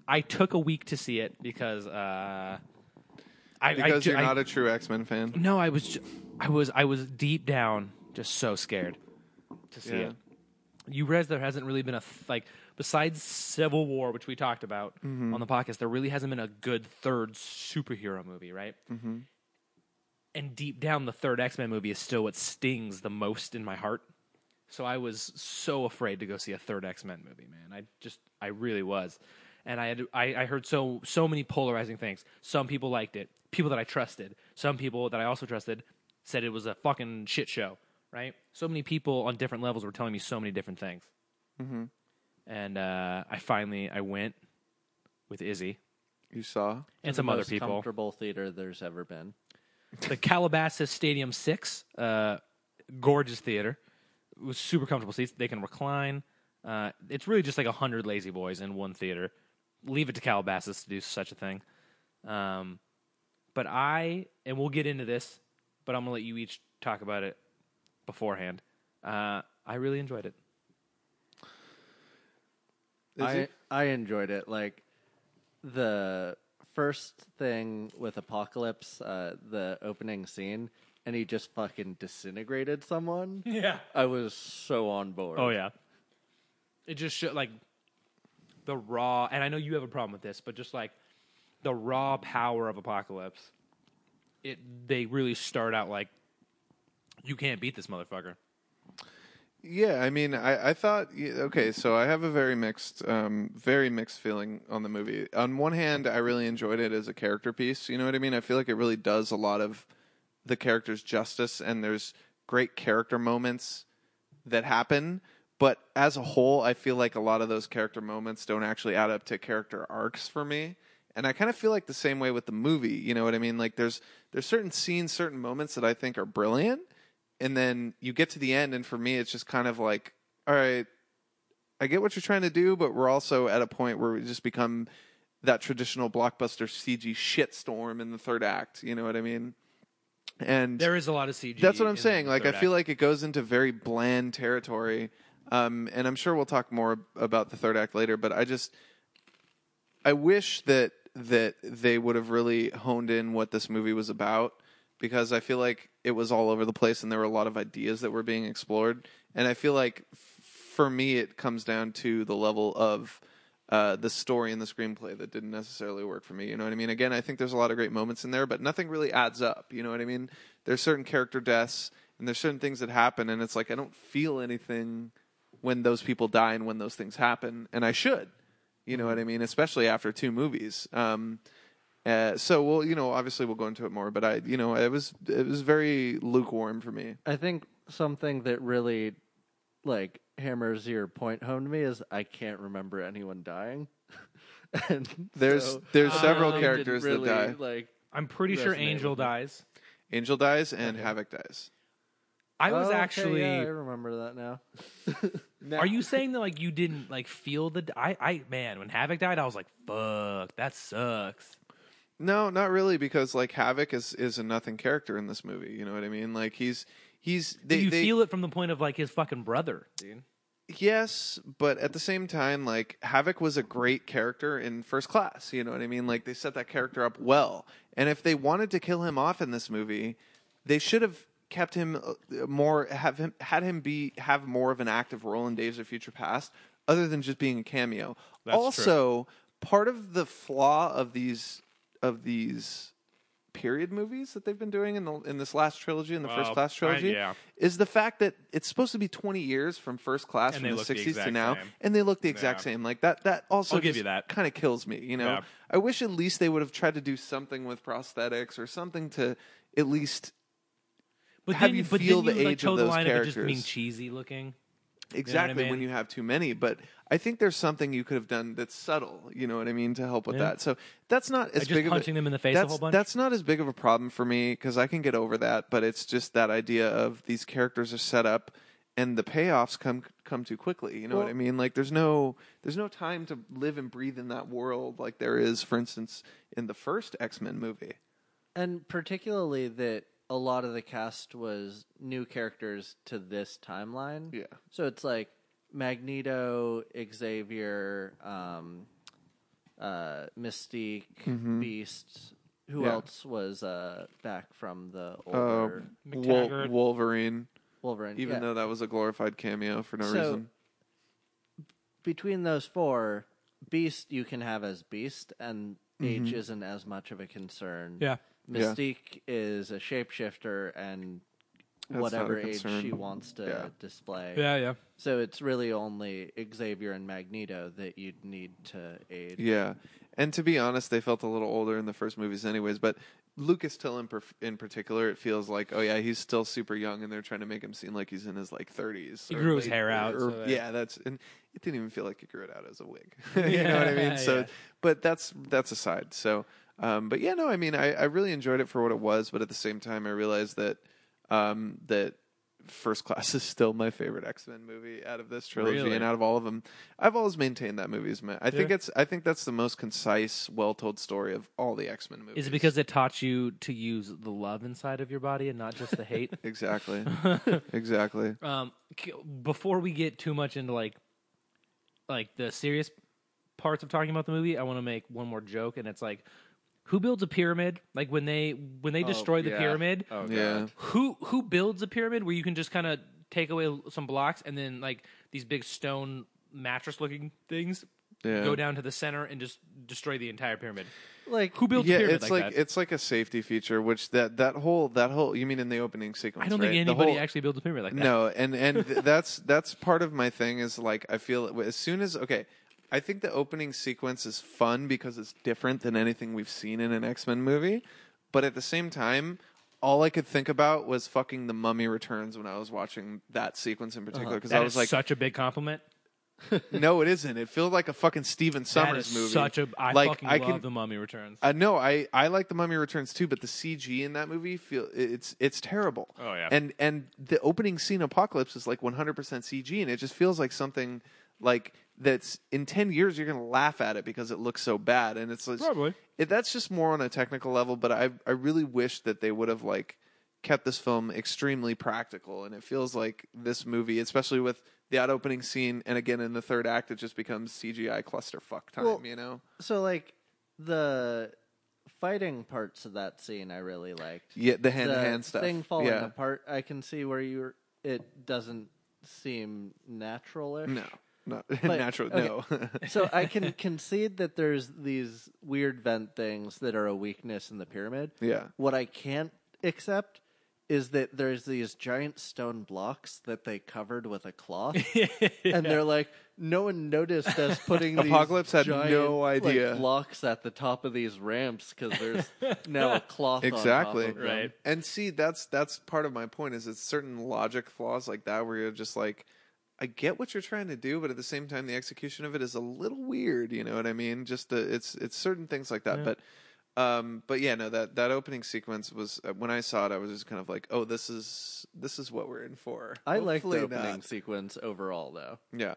I took a week to see it because uh, I because I, ju- you're I- not a true X Men fan. no, I was, ju- I was, I was deep down just so scared to see Yeah. it. You realize there hasn't really been a th- like besides Civil War, which we talked about on the podcast. There really hasn't been a good third superhero movie, right? Mm-hmm. And deep down, the third X Men movie is still what stings the most in my heart. So I was so afraid to go see a third X Men movie, man. I just, I really was, and I had, I, I heard so, so many polarizing things. Some people liked it, people that I trusted. Some people that I also trusted said it was a fucking shit show, right? So many people on different levels were telling me so many different things, mm-hmm. and uh, I finally, I went with Izzy You saw? and some other most people. Comfortable theater there's ever been. the Calabasas Stadium Six, uh, gorgeous theater with super comfortable seats. They can recline. Uh, it's really just like a hundred lazy boys in one theater. Leave it to Calabasas to do such a thing. Um, but I, and we'll get into this, but I'm gonna let you each talk about it beforehand. Uh, I really enjoyed it. Is I it? I enjoyed it. Like the first thing with Apocalypse, uh, the opening scene, and he just fucking disintegrated someone. Yeah. I was so on board. Oh yeah. It just showed like the raw, and I know you have a problem with this, but just like the raw power of Apocalypse, it they really start out like you can't beat this motherfucker. Yeah, I mean, I, I thought yeah, okay, so I have a very mixed, um, very mixed feeling on the movie. On one hand, I really enjoyed it as a character piece. You know what I mean? I feel like it really does a lot of the characters justice, and there's great character moments that happen. But as a whole, I feel like a lot of those character moments don't actually add up to character arcs for me. And I kind of feel like the same way with the movie. You know what I mean? Like there's there's certain scenes, certain moments that I think are brilliant, and then you get to the end, and for me, it's just kind of like, all right, I get what you're trying to do, but we're also at a point where we just become that traditional blockbuster CG shitstorm in the third act. You know what I mean? And There is a lot of CG. that's what in I'm the saying. Like, I third feel act. like it goes into very bland territory. Um, and I'm sure we'll talk more ab- about the third act later, but I just, I wish that, that they would have really honed in what this movie was about because I feel like it was all over the place and there were a lot of ideas that were being explored. And I feel like f- for me, it comes down to the level of, uh, the story and the screenplay that didn't necessarily work for me. You know what I mean? Again, I think there's a lot of great moments in there, but nothing really adds up. You know what I mean? There's certain character deaths and there's certain things that happen, and it's like I don't feel anything when those people die and when those things happen, and I should. You know what I mean? Especially after two movies. Um, uh, so well, you know, obviously we'll go into it more, but I, you know, it was it was very lukewarm for me. I think something that really like hammers your point home to me is I can't remember anyone dying. [laughs] and There's so there's Um, several didn't characters really, that die. Like I'm pretty sure Resonate Angel with me. dies. Angel dies and Havoc dies. I was "Oh, okay, actually. yeah, I remember that now. Are you saying that like you didn't like feel the? d- I I man, when Havoc died, I was like, "Fuck, that sucks." No, not really, because like Havoc is is a nothing character in this movie. You know what I mean? Like he's he's they, you they feel it from the point of like his fucking brother, dude. yes, but at the same time, like Havoc was a great character in First Class. You know what I mean? Like they set that character up well, and if they wanted to kill him off in this movie, they should have kept him uh, more have him had him be have more of an active role in Days of Future Past, other than just being a cameo. That's true. also, part of the flaw of these of these period movies that they've been doing in the in this last trilogy in the first Well, class I- trilogy yeah. is the fact that it's supposed to be 20 years from first class And from they the look the 60s to exact now same. and they look the exact Yeah. same like that that also I'll give you that. kind of kills me you know Yeah. i wish at least they would have tried to do something with prosthetics or something to at least But Have then you but then feel the you, like, age toe of the those line of it just being characters. cheesy looking. exactly when mean? you have too many but i think there's something you could have done that's subtle you know what i mean to help with Yeah. that so that's not as just big punching of a, them in the face a that's, whole bunch? that's not as big of a problem for me because i can get over that but it's just that idea of these characters are set up and the payoffs come come too quickly you know what i Well- mean like there's no there's no time to live and breathe in that world like there is for instance in the first x-men movie And particularly that a lot of the cast was new characters to this timeline. Yeah. So it's like Magneto, Xavier, um, uh, Mystique, Beast. Who Mm-hmm. Yeah. else was uh, back from the uh, older Wol- McTaggart. wolverine Wolverine? even yeah. though that was a glorified cameo for no So- reason between those four, Beast you can have as Beast, and age isn't as much of a concern. Yeah. Mm-hmm. Yeah. Mystique is a shapeshifter and not a whatever age concern. she wants to Yeah. display. Yeah, yeah. So it's really only Xavier and Magneto that you'd need to aid. Yeah, and to be honest, they felt a little older in the first movies, anyways. But Lucas Till in, perf- in particular, it feels like, oh yeah, he's still super young, and they're trying to make him seem like he's in his like thirties. He grew his hair out, so that- yeah, that's and it didn't even feel like he grew it out as a wig. [laughs] you know what I mean? So, Yeah. but that's that's aside. So, um, but yeah, no, I mean, I, I really enjoyed it for what it was, but at the same time, I realized that um, that First Class [laughs] is still my favorite X Men movie out of this trilogy Really? and out of all of them. I've always maintained that movie is my. I think Yeah. it's. I think that's the most concise, well told story of all the X Men movies. Is it because it taught you to use the love inside of your body and not just the [laughs] hate? [laughs] exactly, exactly. um, c- before we get too much into like, like the serious parts of talking about the movie, I want to make one more joke, and it's like, who builds a pyramid? Like when they when Oh, they destroy the yeah. pyramid, Oh, God. yeah, who who builds a pyramid where you can just kind of take away some blocks and then like these big stone mattress looking things yeah. go down to the center and just destroy the entire pyramid? Like Who builds yeah, a pyramid it's like, like, that? it's like a safety feature, which that that whole that whole you mean in the opening sequence? I don't right? think The anybody whole- actually builds a pyramid like that. No, and and th- that's that's part of my thing is like I feel as soon as okay, I think the opening sequence is fun because it's different than anything we've seen in an X Men movie, but at the same time. All I could think about was fucking the Mummy Returns when I was watching that sequence in particular because Uh-huh. That I is was like, such a big compliment. "No, it isn't." It felt like a fucking Steven That Summers is movie. such a. I like fucking I love can the Mummy Returns. [laughs] I know Uh, I I like the Mummy Returns too, but the CG in that movie feel it's it's terrible. Oh, yeah. And and the opening scene Apocalypse is like 100% CG, and it just feels like something like that's in 10 years you're gonna laugh at it because it looks so bad, and it's like, Probably. it, that's just more on a technical level. But I I really wish that they would have like kept this film extremely practical, and it feels like this movie, especially with. That opening scene, and again in the third act, it just becomes CGI clusterfuck time. Well, you know, so like the fighting parts of that scene I really liked. yeah, the hand to the hand stuff, thing falling yeah. apart. I can see where you're. It doesn't seem naturalish. No, not [laughs] [laughs] But- natural. okay. No, [laughs] so I can [laughs] concede that there's these weird vent things that are a weakness in the pyramid. Yeah. What I can't accept is that there's these giant stone blocks that they covered with a cloth, [laughs] and they're like, no one noticed us [laughs] putting these Apocalypse had giant, no like, idea. blocks at the top of these ramps [laughs] because there's now a cloth exactly. on top of them. Right. And see, that's that's part of my point is it's certain logic flaws like that where you're just like, I get what you're trying to do, but at the same time, the execution of it is a little weird. You know what I mean? Just the it's it's certain things like that, but. Um, but yeah, no, that, that opening sequence was uh, when I saw it, I was just kind of like, oh, this is this is what we're in for. I like the Hopefully opening not. sequence overall, though. Yeah.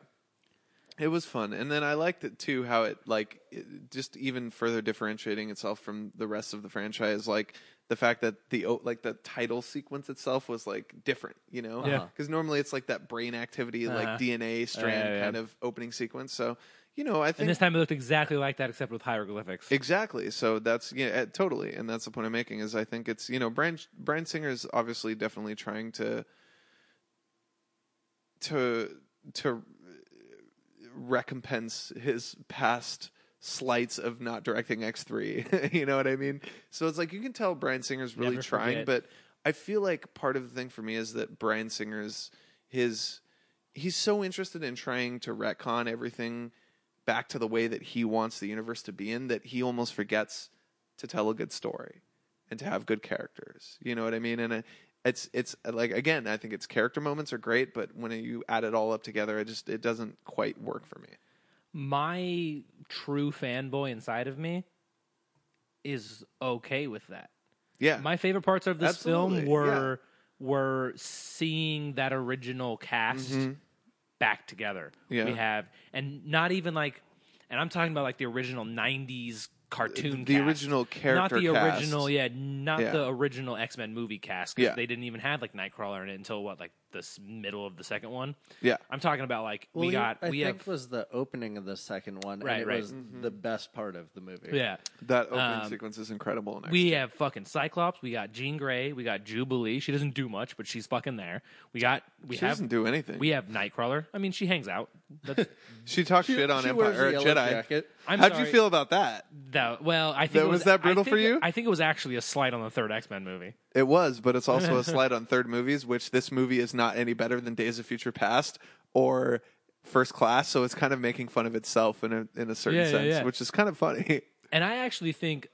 It was fun. And then I liked it too how it like it- just even further differentiating itself from the rest of the franchise like the fact that the o- like the title sequence itself was like different, you know? Yeah. Cuz normally it's like that brain activity Uh-huh. like DNA strand yeah, yeah. kind of opening sequence. So, you know, I and think this time it looked exactly like that, except with hieroglyphics. Exactly. So that's yeah, eh, totally, and that's the point I'm making. Is I think it's you know Brian Brian Singer is obviously definitely trying to to to recompense his past slights of not directing X three. [laughs] you know what I mean? So it's like you can tell Brian Singer's really Never trying, forget. but I feel like part of the thing for me is that Brian Singer's his he's so interested in trying to retcon everything back to the way that he wants the universe to be in that he almost forgets to tell a good story and to have good characters. You know what I mean? And it, it's it's uh, like again, I think its character moments are great, but when you add it all up together, it just it doesn't quite work for me. my true fanboy inside of me is okay with that. Yeah, My favorite parts of this film Absolutely, were were seeing that original cast back together. Mm-hmm. Yeah. We have and not even like and I'm talking about like the original 90s cartoon The cast. original character Not the cast. original, yeah, not Yeah. the original X-Men movie cast 'cause Yeah. they didn't even have like Nightcrawler in it until what like the s- middle of the second one. yeah, I'm talking about like Well, we you- got I we think have was the opening of the second one, Right, and it right. was Mm-hmm. the best part of the movie. yeah. that opening Um, sequence is incredible. In X- We have fucking Cyclops. We got Jean Grey. We got Jubilee. She doesn't do much, but she's fucking there. We got we she have doesn't do anything. we have Nightcrawler. I mean, she hangs out. [laughs] That's, she talks shit on she wears Empire a or yellow Jedi. jacket. I'm How'd sorry. you feel about that? that, well, I think That- it was, was that brutal I think for it- you? I think it was actually a slight on the third X Men movie. It was, but it's [laughs] also a slight on third movies, which this movie is not any better than Days of Future Past or First Class. So it's kind of making fun of itself in a in a certain Yeah, yeah, sense, yeah. which is kind of funny. [laughs] And I actually think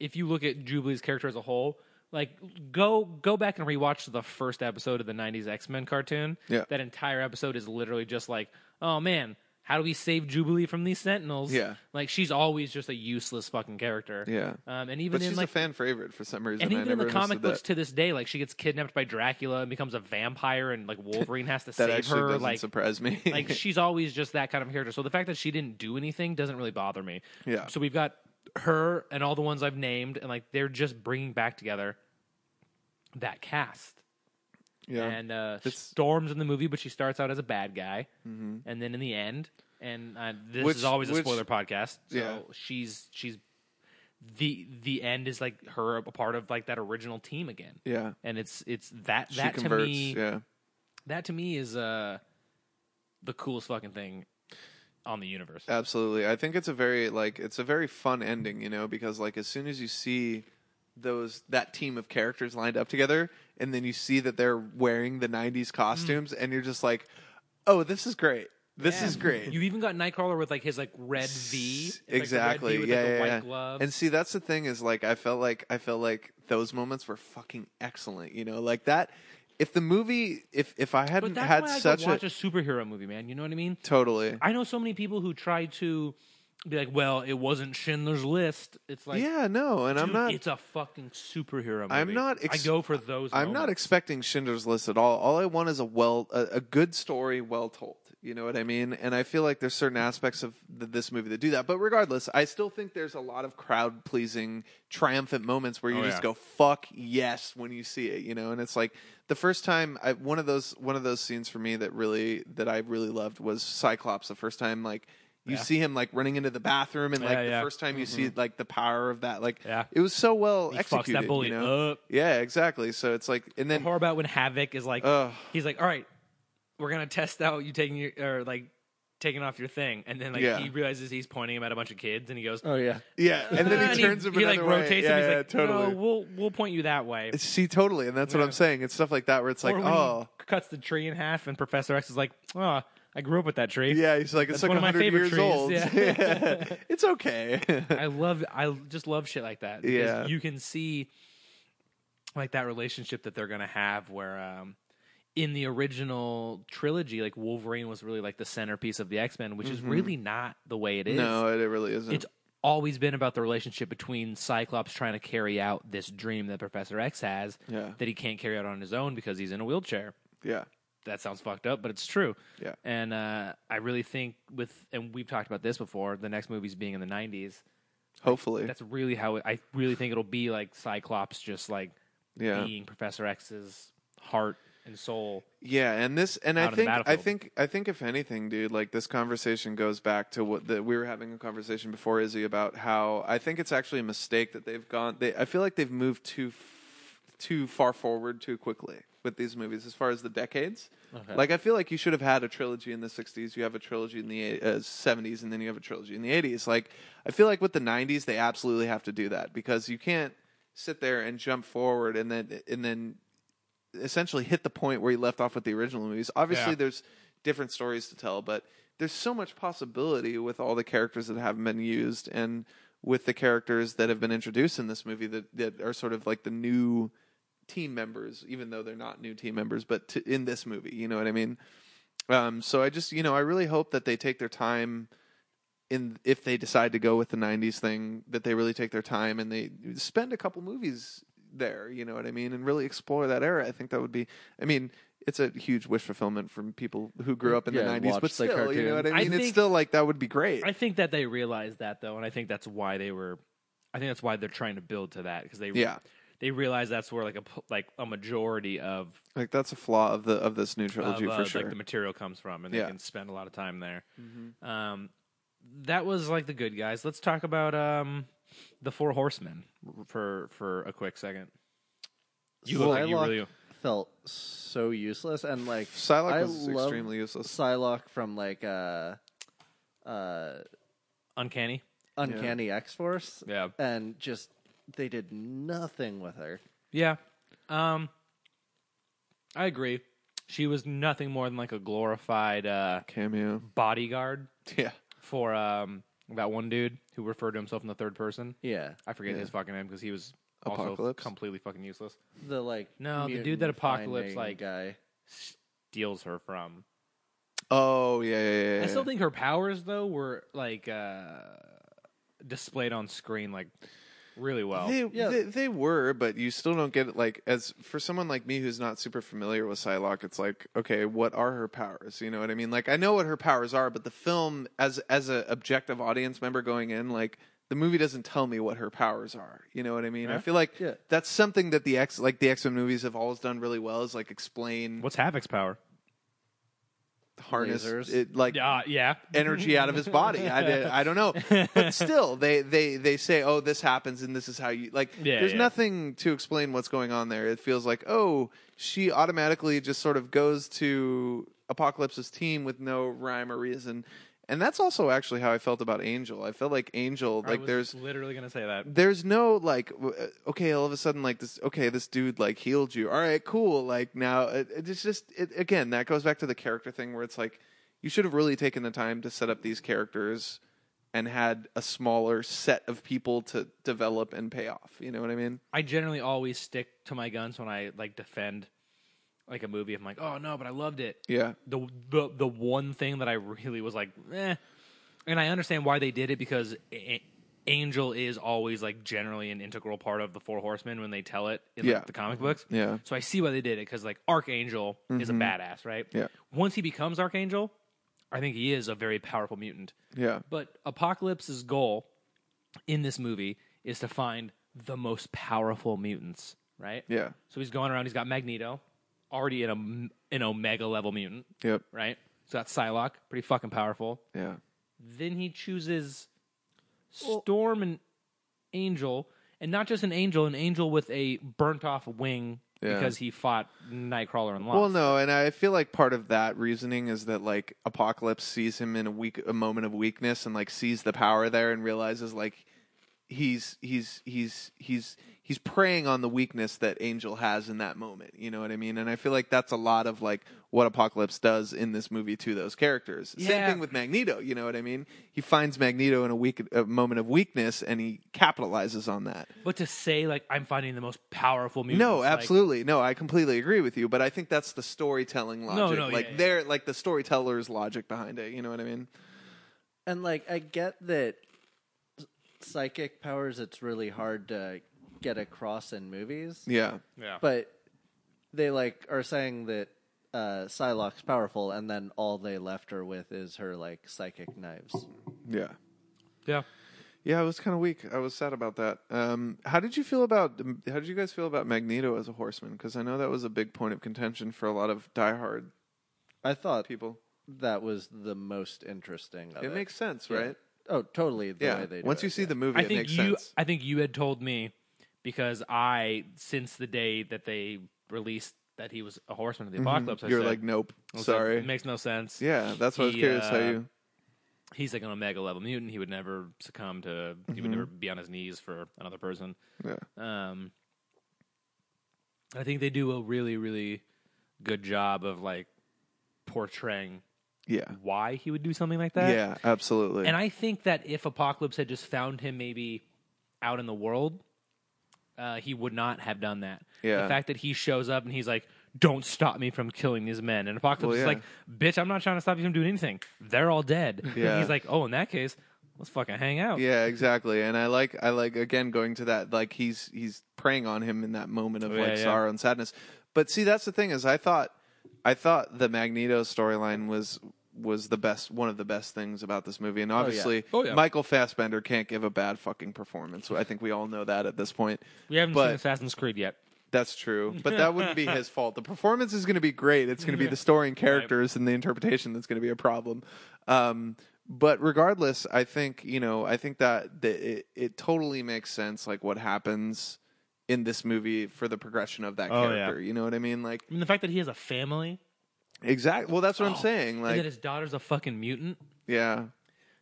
if you look at Jubilee's character as a whole, like go go back and rewatch the first episode of the '90s X Men cartoon. Yeah. that entire episode is literally just like, oh man. how do we save Jubilee from these Sentinels? Yeah. like she's always just a useless fucking character. Yeah. um, and even But in she's like a fan favorite for some reason. and I even in never the comic understood that. books to this day, like she gets kidnapped by Dracula and becomes a vampire, and like Wolverine has to [laughs] that save actually her. doesn't Like, surprise me. [laughs] like she's always just that kind of character. So the fact that she didn't do anything doesn't really bother me. Yeah. So we've got her and all the ones I've named, and like they're just bringing back together that cast. yeah. And uh, It's- Mm-hmm. Storm's in the movie, but she starts out as a bad guy, and then in the end, and uh, this Which- is always a which- spoiler podcast. So Yeah. she's she's the the end is like her a part of like that original team again yeah. and it's it's that She that converts. to me yeah. that to me is uh the coolest fucking thing on the universe. Uh, Absolutely. I think it's a very like it's a very fun ending, you know, because like as soon as you see those that team of characters lined up together and then you see that they're wearing the Mm. 90s costumes and you're just like, "Oh, this is great. This Yeah. is great." You even got Nightcrawler with like his like red V, It's, like, the red exactly. V with, yeah, like, the yeah, white yeah. gloves. And see, that's the thing is like I felt like I felt like those moments were fucking excellent, you know? Like that if the movie if if I but hadn't that's had why I could such watch a, a superhero movie, man. You know what I mean? totally I know so many people who try to be like, "Well, it wasn't Schindler's List." It's like, Yeah, no, and I'm dude, not It's a fucking superhero movie. I'm not I ex- go for those. I'm not moments. expecting Schindler's List at all. All I want is a well, a, a good story, well told. You know what I mean? And I feel like there's certain aspects of th this movie that do that. But regardless, I still think there's a lot of crowd pleasing, triumphant moments where you Oh, just yeah. go "fuck yes" when you see it. You know, and it's like the first time I, one of those one of those scenes for me that really that I really loved was Cyclops. The first time like. You Yeah. see him like running into the bathroom, and like Yeah, the yeah. first time you see like the power of that, like Yeah. it was so well He fucks that executed. bully you know? up. Yeah, exactly. So it's like, and then uh, horror about when Havoc is like, Ugh. he's like, all right, we're gonna test out you taking your or like taking off your thing, and then like Yeah. he realizes he's pointing him at a bunch of kids, and he goes, Oh yeah, [laughs] yeah, and "Ah," then and he turns him he, another like way. rotates yeah, him, he's yeah, like, totally. no, we'll we'll point you that way. See, totally, and that's what I'm saying. It's stuff like that where it's like, or when oh, he cuts the tree in half, and Professor X is like, oh, I grew up with that tree. yeah. He's like, it's That's like one of my 100 favorite years trees, old. yeah. [laughs] [laughs] Yeah. it's okay. I love, I just love shit like that. because Yeah. you can see like that relationship that they're gonna have where. um in the original trilogy, like Wolverine was really like the centerpiece of the X Men, which is really not the way it is. [laughs] Mm-hmm. no, it, it really isn't. it's always been about the relationship between Cyclops trying to carry out this dream that Professor X has Yeah. that he can't carry out on his own because he's in a wheelchair. yeah, That sounds fucked up, but it's true. Yeah. And uh, I really think with and we've talked about this before, the next movie's being in the 90s. hopefully, That's really how it, I really think it'll be like Cyclops just like yeah. being Professor X's heart and soul. Yeah, and this, and I out on the think, I battlefield. think, I think, if anything, dude, like this conversation goes back to what the, we were having a conversation before Izzy about how I think it's actually a mistake that they've gone. They, I feel like they've moved too, f- too far forward too quickly with these movies as far as the decades. Like, I feel like you should have had a trilogy in the '60s, you have a trilogy in the eight- uh, '70s, and then you have a trilogy in the '80s. Like, I feel like with the '90s, they absolutely have to do that because you can't sit there and jump forward and then and then essentially hit the point where he left off with the original movies. Obviously, Yeah. there's different stories to tell, but there's so much possibility with all the characters that haven't been used and with the characters that have been introduced in this movie that, that are sort of like the new team members, even though they're not new team members, but to, in this movie, you know what I mean? Um, so I just, you know, I really hope that they take their time in if they decide to go with the 90s thing that they really take their time and they spend a couple movies there you know what i mean and really explore that era i think that would be i mean it's a huge wish fulfillment from people who grew up in Yeah, the 90s watch but the still you know what i cartoons. I mean it's think- still like that would be great I think that they realized that though, and I think that's why they were. I think that's why they're trying to build to that because they Yeah. they realize that's where like a pl- like a majority of, like that's a flaw of the of this new of trilogy uh, for sure like the material comes from, and they Yeah. can spend a lot of time there. Um, that was like the good guys. Let's talk about um, the Four Horsemen for for a quick second. You look like you Psylocke really- felt so useless, and like Psylocke I was love extremely useless. Psylocke from like uh, uh, Uncanny. Uncanny X Force, Yeah. and just they did nothing with her. Yeah. Um I agree. She was nothing more than like a glorified uh cameo [laughs] bodyguard yeah for um that one dude who referred to himself in the third person. Yeah, I forget Yeah. his fucking name because he was Apocalypse? also completely fucking useless. the like No, the dude mutant that Apocalypse, finding like- guy. Steals her from Oh yeah, yeah, yeah. yeah. I still think her powers though were like uh displayed on screen like really well. They, Yeah. they they were, but you still don't get it. Like as for someone like me who's not super familiar with Psylocke, it's like, okay, what are her powers? You know what I mean? Like I know what her powers are, but the film, as as an objective audience member going in, like the movie doesn't tell me what her powers are. You know what I mean? I Yeah. feel like Yeah. that's something that the X like the X Men movies have always done really well is like explain What's Havoc's power? harness Lasers. it like Uh, yeah. energy out of Mm-hmm. his body. [laughs] I, did- I don't know, but still, they they they say, "Oh, this happens, and this is how you like." Yeah, there's yeah. nothing to explain what's going on there. It feels like, oh, she automatically just sort of goes to Apocalypse's team with no rhyme or reason, and that's also actually how I felt about Angel. I felt like Angel, I like was there's literally gonna say that. there's no like w- uh, okay all of a sudden like this okay this dude like healed you all right cool like now uh, it, it's just it, again that goes back to the character thing where it's like you should have really taken the time to set up these characters and had a smaller set of people to develop and pay off you know what i mean I generally always stick to my guns when I like defend like a movie. I'm like, oh no, but I loved it. yeah the the the one thing that I really was like, eh. And I understand why they did it because A- Angel is always like generally an integral part of the Four Horsemen when they tell it in like, Yeah. the comic books. yeah Mm-hmm. So I see why they did it because like Archangel is a badass, right? Yeah. Once he becomes Archangel, I think he is a very powerful mutant. yeah But Apocalypse's goal in this movie is to find the most powerful mutants, right? yeah So he's going around. He's got Magneto, already in a an Omega level mutant yep right? So that's Psylocke, pretty fucking powerful. yeah Then he chooses Storm and Angel, and not just an angel, an angel with a burnt off wing Yeah. because he fought Nightcrawler and lost. Well, no, and I feel like part of that reasoning is that like Apocalypse sees him in a weak, a moment of weakness, and like sees the power there, and realizes like he's he's he's he's he's preying on the weakness that Angel has in that moment. You know what I mean? And I feel like that's a lot of like what Apocalypse does in this movie to those characters. Same Yeah. thing with Magneto. You know what I mean? He finds Magneto in a weak a moment of weakness, and he capitalizes on that. But to say like I'm finding the most powerful mutants, No, like, absolutely. no, I completely agree with you, but I think that's the storytelling logic. no, yeah, like yeah. they're like the storyteller's logic behind it, you know what I mean? And like I get that s- psychic powers it's really hard to get across in movies. Yeah. yeah, But they like are saying that uh Psylocke's powerful and then all they left her with is her like psychic knives. Yeah. yeah. Yeah, it was kind of weak. I was sad about that. Um, how did you feel about how did you guys feel about Magneto as a horseman because I know that was a big point of contention for a lot of diehard I thought people. that was the most interesting Oh, of It it. makes sense, Yeah. right? Oh, totally the Yeah. way they do Once it, you see yeah. the movie I it think makes you, sense. I think you had told me because I since the day that they released that he was a horseman of the apocalypse, I Mm-hmm. You're said- like nope. I was like, Sorry. it makes no sense. yeah, that's what I was He, curious how uh, you he's like an omega level mutant. He would never succumb to. He Mm-hmm. would never be on his knees for another person. Yeah. Um, I think they do a really, really good job of like portraying Yeah. why he would do something like that. yeah, absolutely. And I think that if Apocalypse had just found him maybe out in the world, uh, he would not have done that. Yeah. The fact that he shows up and he's like, "Don't stop me from killing these men," and Apocalypse Well, yeah. is like, "Bitch, I'm not trying to stop you from doing anything. They're all dead." [laughs] And Yeah. he's like, "Oh, in that case, let's fucking hang out." Yeah, exactly. And I like I like again going to that like he's he's preying on him in that moment of Oh, Yeah, like yeah. sorrow and sadness. But see that's the thing is I thought I thought the Magneto storyline was was the best one of the best things about this movie. And obviously Oh, yeah. Michael Fassbender can't give a bad fucking performance. I think we all know that at this point. We haven't But- seen Assassin's Creed yet. That's true, but that wouldn't [laughs] be his fault. The performance is going to be great. It's going to be the story and characters and the interpretation that's going to be a problem. Um, but regardless, I think you know, I think that the, it, it totally makes sense, like what happens in this movie for the progression of that Oh, yeah. character. You know what I mean? Like I mean, the fact that he has a family, exactly. Well, that's what I'm Oh, saying. and that Like, his daughter's a fucking mutant, yeah,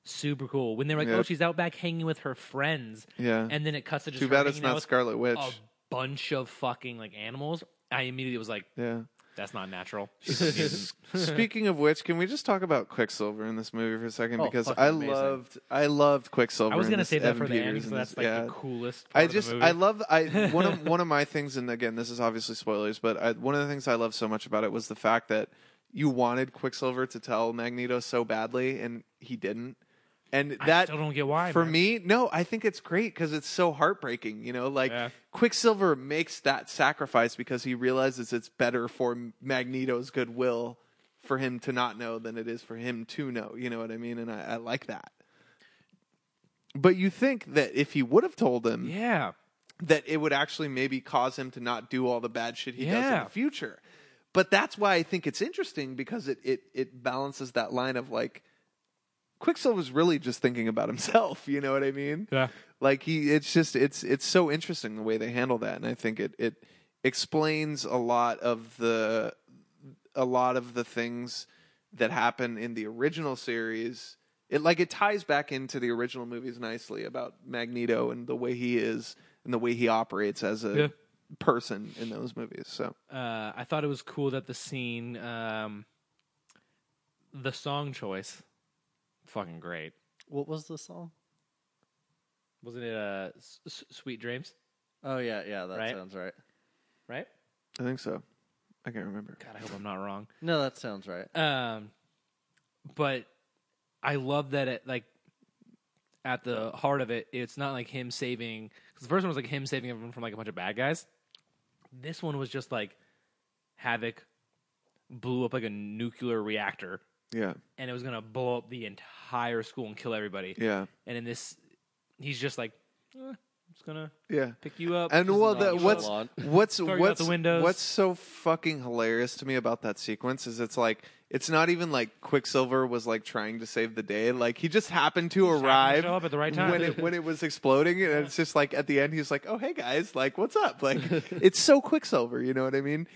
super cool. When they're like, Yeah. "Oh, she's out back hanging with her friends," yeah. and then it cuts to just Too her bad it's hanging out not with Scarlet Witch. a bunch of fucking like animals. I immediately was like, yeah. "That's not natural." [laughs] Speaking of which, can we just talk about Quicksilver in this movie for a second? Oh, because fucking I amazing. loved, I loved Quicksilver. I was in gonna this, save that Evan for the Peters end. in So that's this- like yeah. the coolest. Part I of the just movie. I love I [laughs] one of one of my things and again this is obviously spoilers but I, one of the things I love so much about it was the fact that you wanted Quicksilver to tell Magneto so badly, and he didn't. And I that still don't get why. for man. me, no, I think it's great because it's so heartbreaking. You know, like Yeah. Quicksilver makes that sacrifice because he realizes it's better for Magneto's goodwill for him to not know than it is for him to know. You know what I mean? And I, I like that. But you think that if he would have told him, yeah, that it would actually maybe cause him to not do all the bad shit he does in Yeah. the future. But that's why I think it's interesting because it it it balances that line of like Quicksilver's really just thinking about himself, [laughs] you know what I mean? yeah. Like he it's just it's it's so interesting the way they handle that and I think it it explains a lot of the a lot of the things that happen in the original series. It like it ties back into the original movies nicely about Magneto and the way he is and the way he operates as a Yeah. person in those movies. So uh, I thought it was cool that the scene, um, the song choice, fucking great. What was the song? Wasn't it uh, S- S- "Sweet Dreams"? Oh yeah, yeah, that Right. sounds right. Right? I think so. I can't remember. God, I hope I'm not wrong. No, that sounds right. Um, but I love that it like at the heart of it, it's not like him saving. Because the first one was like him saving everyone from like a bunch of bad guys. This one was just like havoc blew up like a nuclear reactor, Yeah, and it was gonna blow up the entire school and kill everybody. yeah, And in this, he's just like, eh, I'm just gonna yeah. pick you up. And just well, knock the, you what's out. what's Throw you out what's the windows. what's so fucking hilarious to me about that sequence is it's like it's not even like Quicksilver was like trying to save the day. Like he just happened to happened to arrive show up at the right time. when it when it was exploding, and it's just like at the end he's like, "Oh hey guys, like what's up?" Like it's so Quicksilver, you know what I mean?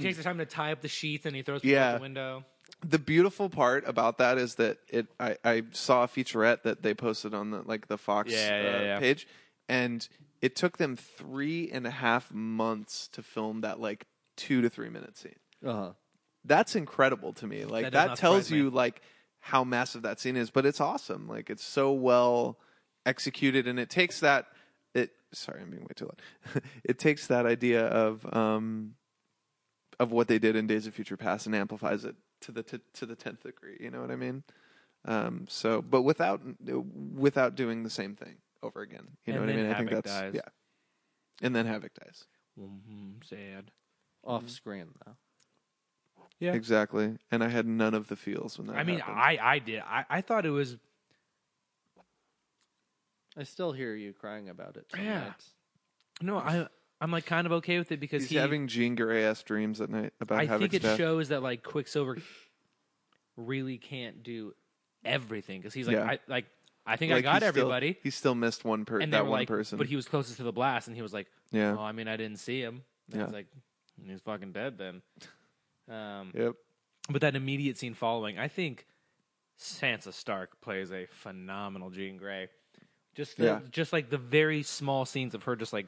[laughs] he takes the time to tie up the sheets and he throws people Yeah. out the window. the beautiful part about that is that it I, I saw a featurette that they posted on the like the Fox Yeah, yeah, uh, yeah. page, and it took them three and a half months to film that like two to three minute scene. Uh huh. That's incredible to me. Like That does that, not tells surprise me. you like how massive that scene is, but it's awesome. Like it's so well executed, and it takes that. It sorry, I'm being way too loud. [laughs] it takes that idea of um, of what they did in Days of Future Past and amplifies it to the t- to the tenth degree. You know what I mean? Um, so, but without without doing the same thing over again. You know And what I then mean? I think Havoc that's dies. yeah. And then Havoc dies. Mhm, Sad. Mm-hmm. Off screen though. Yeah. Exactly. And I had none of the feels when that. I mean, happened. I I did. I, I thought it was I still hear you crying about it. some Yeah. nights. no. I I'm like kind of okay with it because he's he. having Jean Grey ass dreams at night about I Havoc's think it death. shows that like Quicksilver really can't do everything because he's like Yeah. I like I think I Like, he got still- everybody. he still missed one person. and they That were one like, person. but he was closest to the blast, and he was like, yeah. "Oh, I mean, I didn't see him." And Yeah. It's like he's fucking dead then. Um, Yep. But that immediate scene following, I think Sansa Stark plays a phenomenal Jean Grey. Just the, Yeah. just like the very small scenes of her, just like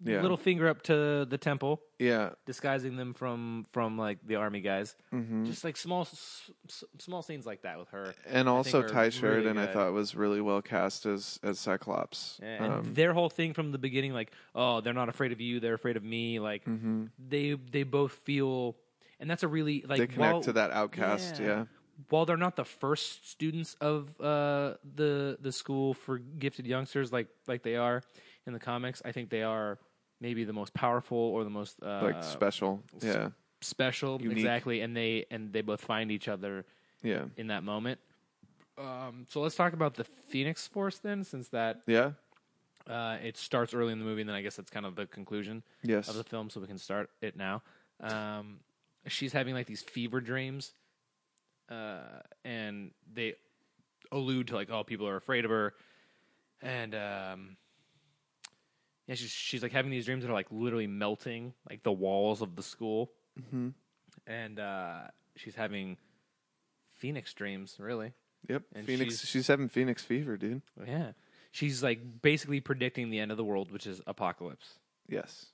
Yeah. little finger up to the temple, yeah. disguising them from from like the army guys. hmm Just like small s- s- small scenes like that with her. And also are Ty really Sheridan, I good. thought was really well cast as as Cyclops. And Um, their whole thing from the beginning, like, oh, they're not afraid of you, they're afraid of me. Like mhm. they they both feel, and that's a really like they connect while- to that outcast. Yeah. while they're not the first students of uh, the the school for gifted youngsters like like they are in the comics, I think they are maybe the most powerful or the most uh, Like special. Yeah. special unique. exactly, and they and they both find each other Yeah. in that moment. Um, so let's talk about the Phoenix Force then, since that Yeah. uh, it starts early in the movie, and then I guess that's kind of the conclusion Yes. of the film, so we can start it now. Um, she's having like these fever dreams, uh, and they allude to like, oh, people are afraid of her, and um, yeah, she's she's like having these dreams that are like literally melting like the walls of the school, Mhm. and uh, she's having phoenix dreams, really. Yep. and Phoenix. She's, she's- having Phoenix fever, dude. Yeah, she's like basically predicting the end of the world, which is apocalypse. Yes.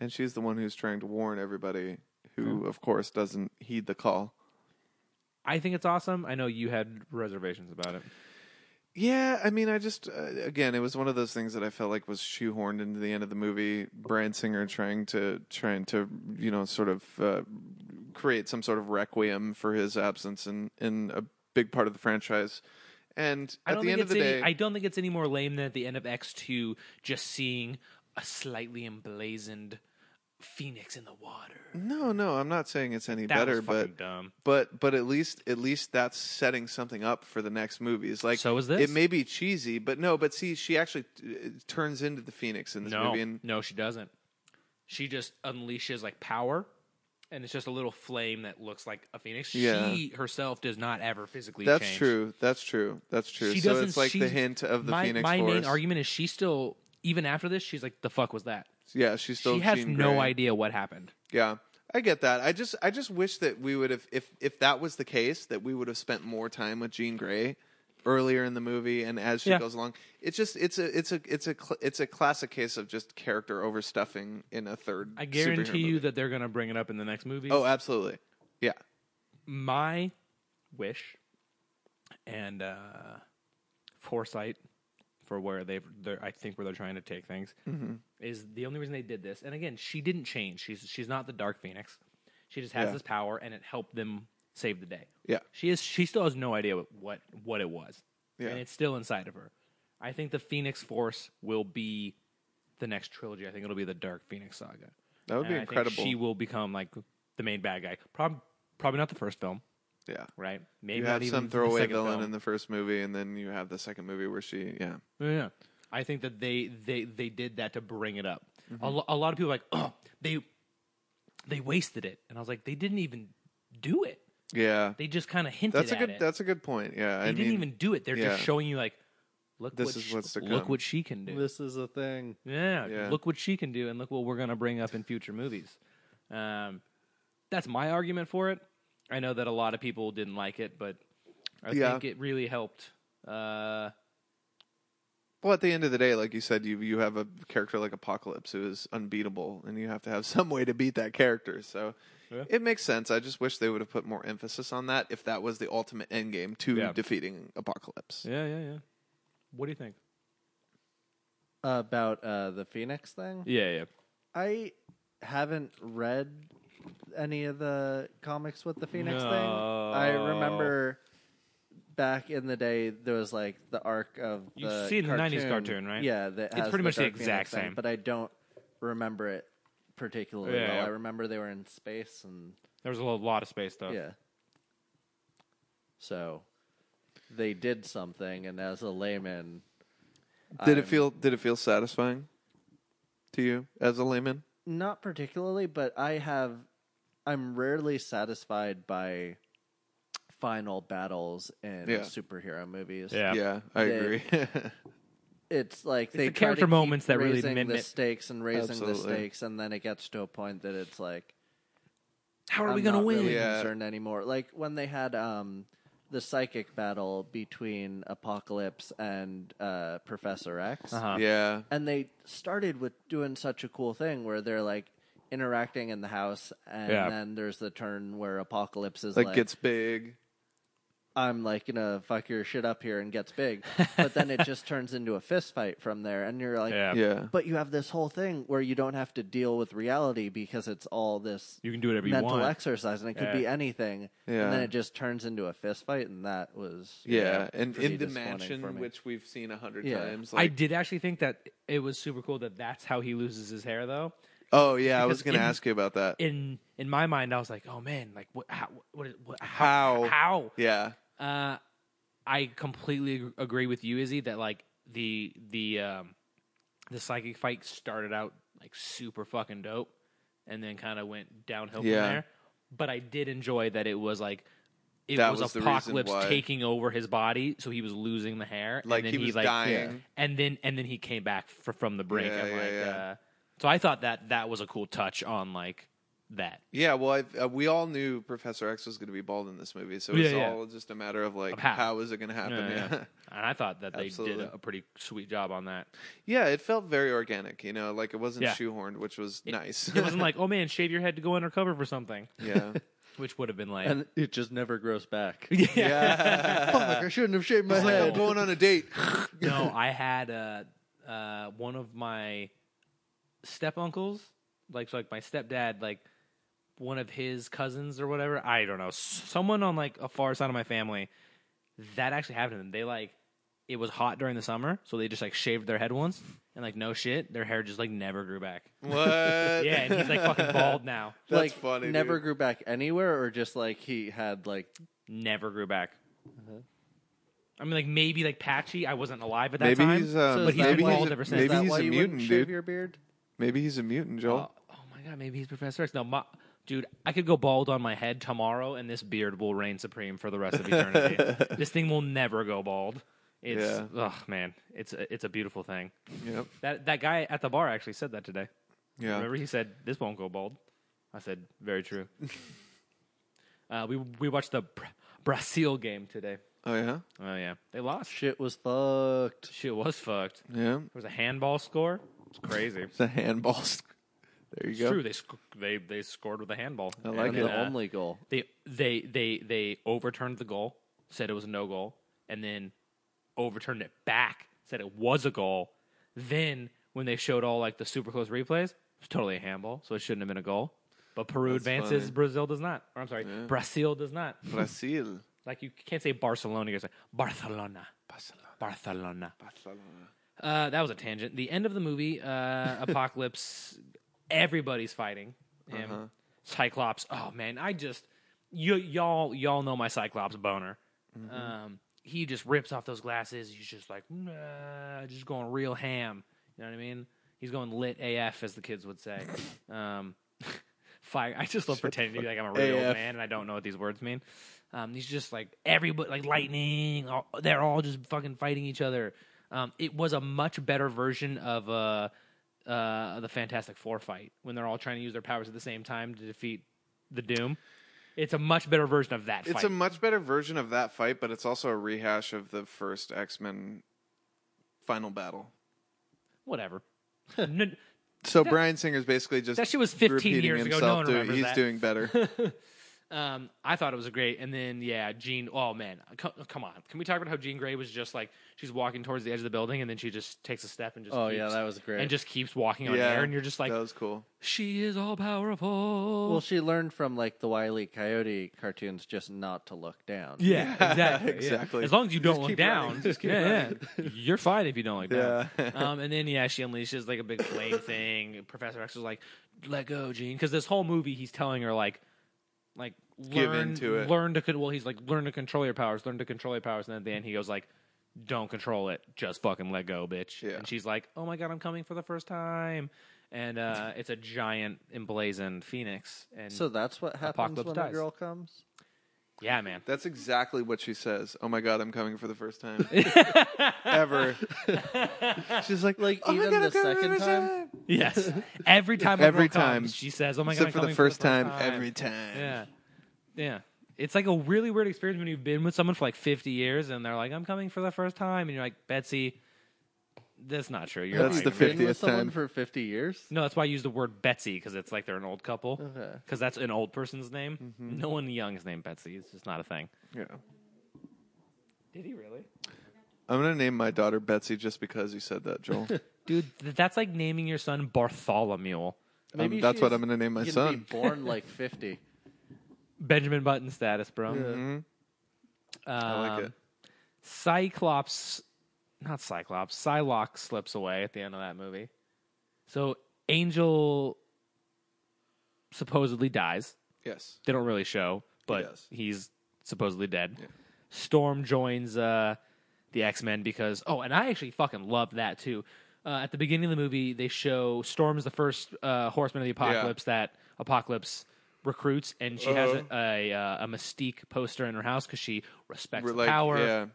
And she's the one who's trying to warn everybody, who of course doesn't heed the call. I think it's awesome. I know you had reservations about it. Yeah, I mean, I just uh, again, it was one of those things that I felt like was shoehorned into the end of the movie. Brand Singer trying to trying to you know sort of uh, create some sort of requiem for his absence in in a big part of the franchise. And I at don't the think end of it's the day, any, I don't think it's any more lame than at the end of X two, just seeing a slightly emblazoned phoenix in the water. no, no, I'm not saying it's any That Mm-hmm. better, was fucking but dumb. but but at least at least that's setting something up for the next movies. Like So is this. It may be cheesy, but no. But see, she actually uh, turns into the Phoenix in this No, movie, and no, she doesn't. She just unleashes like power, and it's just a little flame that looks like a phoenix. Yeah. She herself does not ever physically. that's change. true. That's true. That's true. She so doesn't- it's like the she's- hint of the my Phoenix my Force. main argument is she still even after this she's like the fuck was that? yeah, she's still she has Jean no Grey. idea what happened. Yeah. I get that. I just I just wish that we would have if if that was the case that we would have spent more time with Jean Grey earlier in the movie and as she Yeah. goes along. It's just it's a it's a it's a cl- it's a classic case of just character overstuffing in a third. I superhero guarantee movie. you that they're gonna bring it up in the next movie. Oh, absolutely. Yeah. my wish and uh, foresight for where they are I think where they're trying to take things Mm-hmm. is the only reason they did this. And again, she didn't change. She's she's not the Dark Phoenix. She just has Yeah. this power, and it helped them save the day. Yeah. She is. She still has no idea what what, what it was, Yeah. and it's still inside of her. I think the Phoenix Force will be the next trilogy. I think it'll be the Dark Phoenix saga. That would And be I think incredible. she will become like the main bad guy. Probably probably not the first film, Yeah. right? Maybe You not have even some the throwaway second villain film. in the first movie and then you have the second movie where she yeah. Yeah, yeah. I think that they they they did that to bring it up. Mm-hmm. A, lo- a lot of people are like, oh, they they wasted it, and I was like, they didn't even do it. Yeah. They just kind of hinted That's a at good it. that's a good point. Yeah. they I didn't mean, even do it. They're just yeah. showing you like, look This what is she, what's to look come. what she can do. This is a thing. yeah, Yeah. look what she can do, and look what we're gonna bring up in future movies. Um, that's my argument for it. I know that a lot of people didn't like it, but I Yeah. think it really helped. Uh, Well, at the end of the day, like you said, you you have a character like Apocalypse who is unbeatable, and you have to have [laughs] some way to beat that character. So Yeah. it makes sense. I just wish they would have put more emphasis on that if that was the ultimate end game to Yeah. defeating Apocalypse. yeah, yeah, yeah. What do you think? About uh, the Phoenix thing? Yeah, yeah. I haven't read any of the comics with the Phoenix No. thing. I remember back in the day there was like the arc of the You've seen the 90s cartoon, right? Yeah, that It's has pretty much the Dark Phoenix exact thing, same. but I don't remember it particularly Yeah, well. yeah. I remember they were in space and There was a lo- lot of space though. yeah. So they did something and as a layman Did I'm- it feel Did it feel satisfying to you as a layman? not particularly but i have i'm rarely satisfied by final battles in Yeah. superhero movies Yeah. I Yeah. agree. [laughs] it's like they the try to character keep moments that really raising mint the it. stakes and raising the Absolutely. stakes and then it gets to a point that it's like How are I'm we gonna not win? really Yeah. concerned anymore like when they had um the psychic battle between apocalypse and uh professor x Uh-huh. yeah, and they started with doing such a cool thing where they're like interacting in the house and Yeah. then there's the turn where apocalypse is like, like, gets big. i'm like gonna fuck your shit up here and gets [laughs] big but then it just turns into a fist fight from there and you're like Yeah. Yeah, but you have this whole thing where you don't have to deal with reality because it's all this You can do whatever you mental want. exercise and it could Yeah. be anything Yeah. and then it just turns into a fist fight and that was yeah, and pretty in the disappointing for mansion, me. which we've seen a hundred Yeah. times. I Like, did actually think that it was super cool that that's how he loses his hair though. oh yeah, I was because going to in- ask you about that. In in my mind, I was like, oh man, like what? How? What? is- what How? how? How? yeah, Uh, I completely ag- agree with you, Izzy. That like the the um, the psychic fight started out like super fucking dope, and then kind of went downhill Yeah. from there. But I did enjoy that it was like it That was, was the reason apocalypse why. taking over his body, so he was losing the hair. Like, and then he he, was like, dying. Yeah. and then and then he came back fr- from the brink. Yeah, I'm yeah, like, yeah. Uh, so I thought that that was a cool touch on like that Yeah, well, I've, uh, we all knew Professor X was going to be bald in this movie, so it's Yeah, yeah. all just a matter of like, Of how. how is it going to happen? Yeah, Yeah. [laughs] yeah. and I thought that they Absolutely. did a, a pretty sweet job on that. Yeah, it felt very organic, you know, like it wasn't Yeah. shoehorned, which was nice. [laughs] It [laughs] wasn't like, oh man, shave your head to go undercover for something, [laughs] yeah, which would have been like, [laughs] and it just never grows back [laughs] yeah. Fuck, i shouldn't have shaved my It's like head I'm going on a date. no, I had uh, uh, one of my step uncles, like so like my stepdad, like one of his cousins or whatever. I don't know. s- Someone on like a far side of my family that actually happened to them. They like it was hot during the summer, so they just like shaved their head once, and like no shit, their hair just like never grew back. What? Yeah, yeah, and he's like [laughs] fucking bald now. That's like, funny. Never dude. grew back anywhere, or just like he had like Never grew back. Mm-hmm. I mean, like maybe like patchy. I wasn't alive at that Maybe time, he's, uh, but he's is that been why- bald he's- ever is since. maybe that he's why a you mutant, wouldn't shave dude. your beard. Maybe he's a mutant, Joel. Oh, oh my god, maybe he's Professor X. No, my, dude, I could go bald on my head tomorrow, and this beard will reign supreme for the rest of eternity. [laughs] this thing will never go bald. It's oh man, it's a, it's a beautiful thing. Yep. That that guy at the bar actually said that today. Yeah. Remember, he said this won't go bald. I said very true. [laughs] uh, we we watched the Bra- Brazil game today. Oh yeah. Oh yeah, they lost. Shit was fucked. Shit was fucked. There Yeah. was a handball score. It's crazy. It's a handball. [laughs] sc- There you It's go. true. They sc- they they scored with a handball. I like And it. the only goal. they they they they overturned the goal, said it was no goal, and then overturned it back, said it was a goal. Then when they showed all like the super close replays, it was totally a handball, so it shouldn't have been a goal. But Peru That's advances, funny. Brazil does not. Or I'm sorry, Brazil does not. Brazil. Like you can't say Barcelona, you gotta say Barcelona. Barcelona. Barcelona. Barcelona. Uh, that was a tangent. The end of the movie, uh, Apocalypse, everybody's fighting him. Cyclops. Oh man, I just you y'all y'all know my Cyclops boner. Um, he just rips off those glasses. He's just like, nah, just going real ham. You know what I mean? He's going lit AF, as the kids would say. um, [laughs] fire. I just love pretending to be like I'm a real AF. man and I don't know what these words mean. Um, he's just like everybody, like lightning. All, they're all just fucking fighting each other. Um, it was a much better version of uh, uh, the Fantastic Four fight when they're all trying to use their powers at the same time to defeat the Doom. It's a much better version of that. It's fight. a much better version of that fight, but it's also a rehash of the first X Men final battle. whatever. [laughs] N- So Brian Singer's basically just That shit was 15 repeating years ago. No himself. one doing- remembers he's that. doing better. um, I thought it was great, and then yeah, Jean. Oh man, co- come on! Can we talk about how Jean Grey was just like she's walking towards the edge of the building, and then she just takes a step and just Oh keeps, yeah, that was great. and just keeps walking on yeah, air, and [laughs] you're just like that was cool. she is all powerful. well, she learned from like the Wile E. Coyote cartoons just not to look down. [laughs] yeah, exactly. yeah. exactly. As long as you don't look keep down, running, [laughs] just keep yeah, yeah. you're fine if you don't look down. Yeah. [laughs] [laughs] um, and then yeah, she unleashes like a big flame thing. Professor X is like, "Let go, Jean," because this whole movie he's telling her like, like Give learn into it. learn to con- well, he's like learn to control your powers, learn to control your powers, and then at the end he goes like. Don't control it. Just fucking let go, bitch. Yeah. And she's like, "Oh my god, I'm coming for the first time," and [laughs] uh, it's a giant emblazoned phoenix. And So that's what happens Apocalypse when dies. a girl comes. yeah, [laughs] man, That's exactly what she says. Oh my god, I'm coming for the first time [laughs] ever. She's like, Like, "Oh my even God, I'm the coming for second first time?" Yes. Every time. Every everyone comes, time. she says, "Oh my god!" Except for I'm the coming first time, every time. Yeah. Yeah. It's like a really weird experience when you've been with someone for like 50 years and they're like, "I'm coming for the first time," and you're like, "Betsy, that's not true." You're That's lying to the me." fifth- Been with 50th someone time. for fifty years. No, that's why I use the word Betsy because it's like they're an old couple. Uh. Okay. Because that's an old person's name. Mm-hmm. No one young is named Betsy. It's just not a thing. Yeah. Did he really? I'm gonna name my daughter Betsy just because you said that, [laughs] Joel. Dude, th- that's like naming your son Bartholomew. Um, that's what she's I'm gonna name my gonna son. Be [laughs] born like fifty. Benjamin Button status, bro. Mhm. I like Um, it. Cyclops, not Cyclops, Psylocke slips away at the end of that movie. So Angel supposedly dies. Yes. They don't really show, but does. he's supposedly dead. Storm joins uh, the X Men because oh, and I actually fucking love that too. Uh, at the beginning of the movie, they show Storm is the first uh, Horseman of the Apocalypse that Apocalypse recruits, and she has Uh-huh. a, a, uh, a Mystique poster in her house because she respects We're the like, power yeah.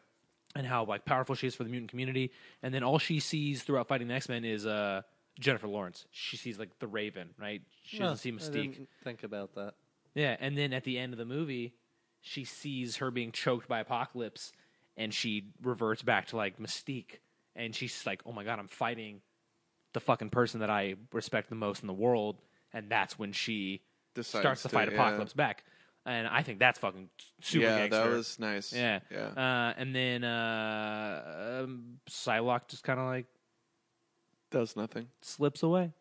and how like powerful she is for the mutant community. And then all she sees throughout fighting the X Men is uh, Jennifer Lawrence. She sees like the Raven, right? She doesn't see I Mystique. didn't think about that. Yeah, and then at the end of the movie, she sees her being choked by Apocalypse, and she reverts back to like Mystique, and she's like, "Oh my god, I'm fighting the fucking person that I respect the most in the world," and that's when she Decides starts to, to, fight yeah. Apocalypse back. And I think that's fucking super yeah, gangster. that was nice. Yeah. Yeah. Uh, and then uh, um, Psylocke just kind of like [laughs] Does nothing. [laughs] slips away.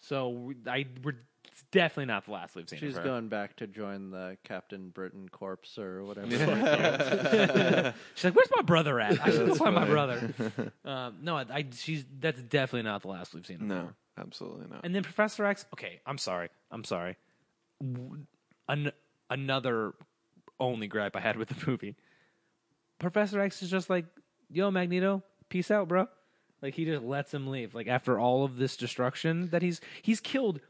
So we- I we're It's definitely not the last we've seen She's of her. going back to join the Captain Britain Corps or whatever. [laughs] [laughs] She's like, "Where's my brother at? I should go That's find my funny. brother." [laughs] Um, no, I, I. She's that's definitely not the last we've seen of her. No, absolutely not. And then Professor X. Okay, I'm sorry. I'm sorry. W- An- another only gripe I had with the movie. Professor X is just like, "Yo, Magneto, peace out, bro." Like he just lets him leave. Like after all of this destruction that he's he's killed,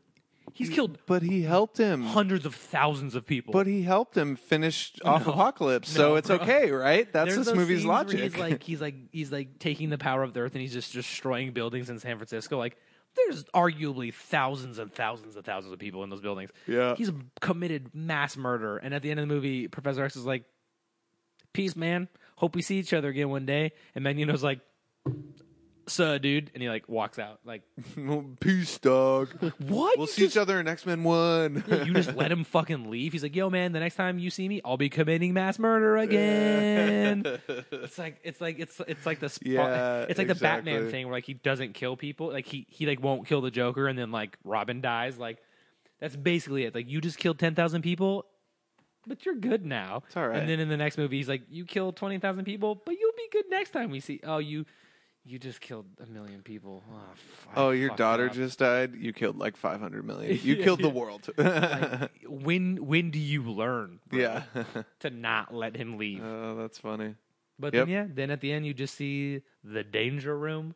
he's killed but he helped him. hundreds of thousands of people. But he helped him [laughs] finish off Apocalypse, so No, it's bro. okay, right? That's There's this those movie's scenes where logic. He's [laughs] like he's like he's like taking the power of the earth and he's just destroying buildings in San Francisco. Like there's arguably thousands and thousands and thousands of people in those buildings. Yeah. He's committed mass murder. And at the end of the movie, Professor X is like, Peace, man. Hope we see each other again one day. And Magneto's like, Sir, dude. And he like walks out. Like, Peace, [laughs] dog. what? We'll You see each other in X Men One. you [laughs] just let him fucking leave. He's like, "Yo, man, the next time you see me, I'll be committing mass murder [laughs] again." it's like it's like it's it's like the spa- Yeah, it's like the Batman exactly. thing where like he doesn't kill people, like he he like won't kill the Joker, and then like Robin dies. Like that's basically it. Like you just killed ten thousand people, but you're good now. It's all right. And then in the next movie, he's like, "You killed twenty thousand people, but you'll be good next time we see." Oh, you. You just killed a million people. Oh, f- I oh, your fucked daughter up. just died. You killed like five [laughs] hundred million. You killed the world. [laughs] When when do you learn? bro? yeah. [laughs] to not let him leave. Oh, that's funny. but yep. then yeah, then at the end you just see the danger room.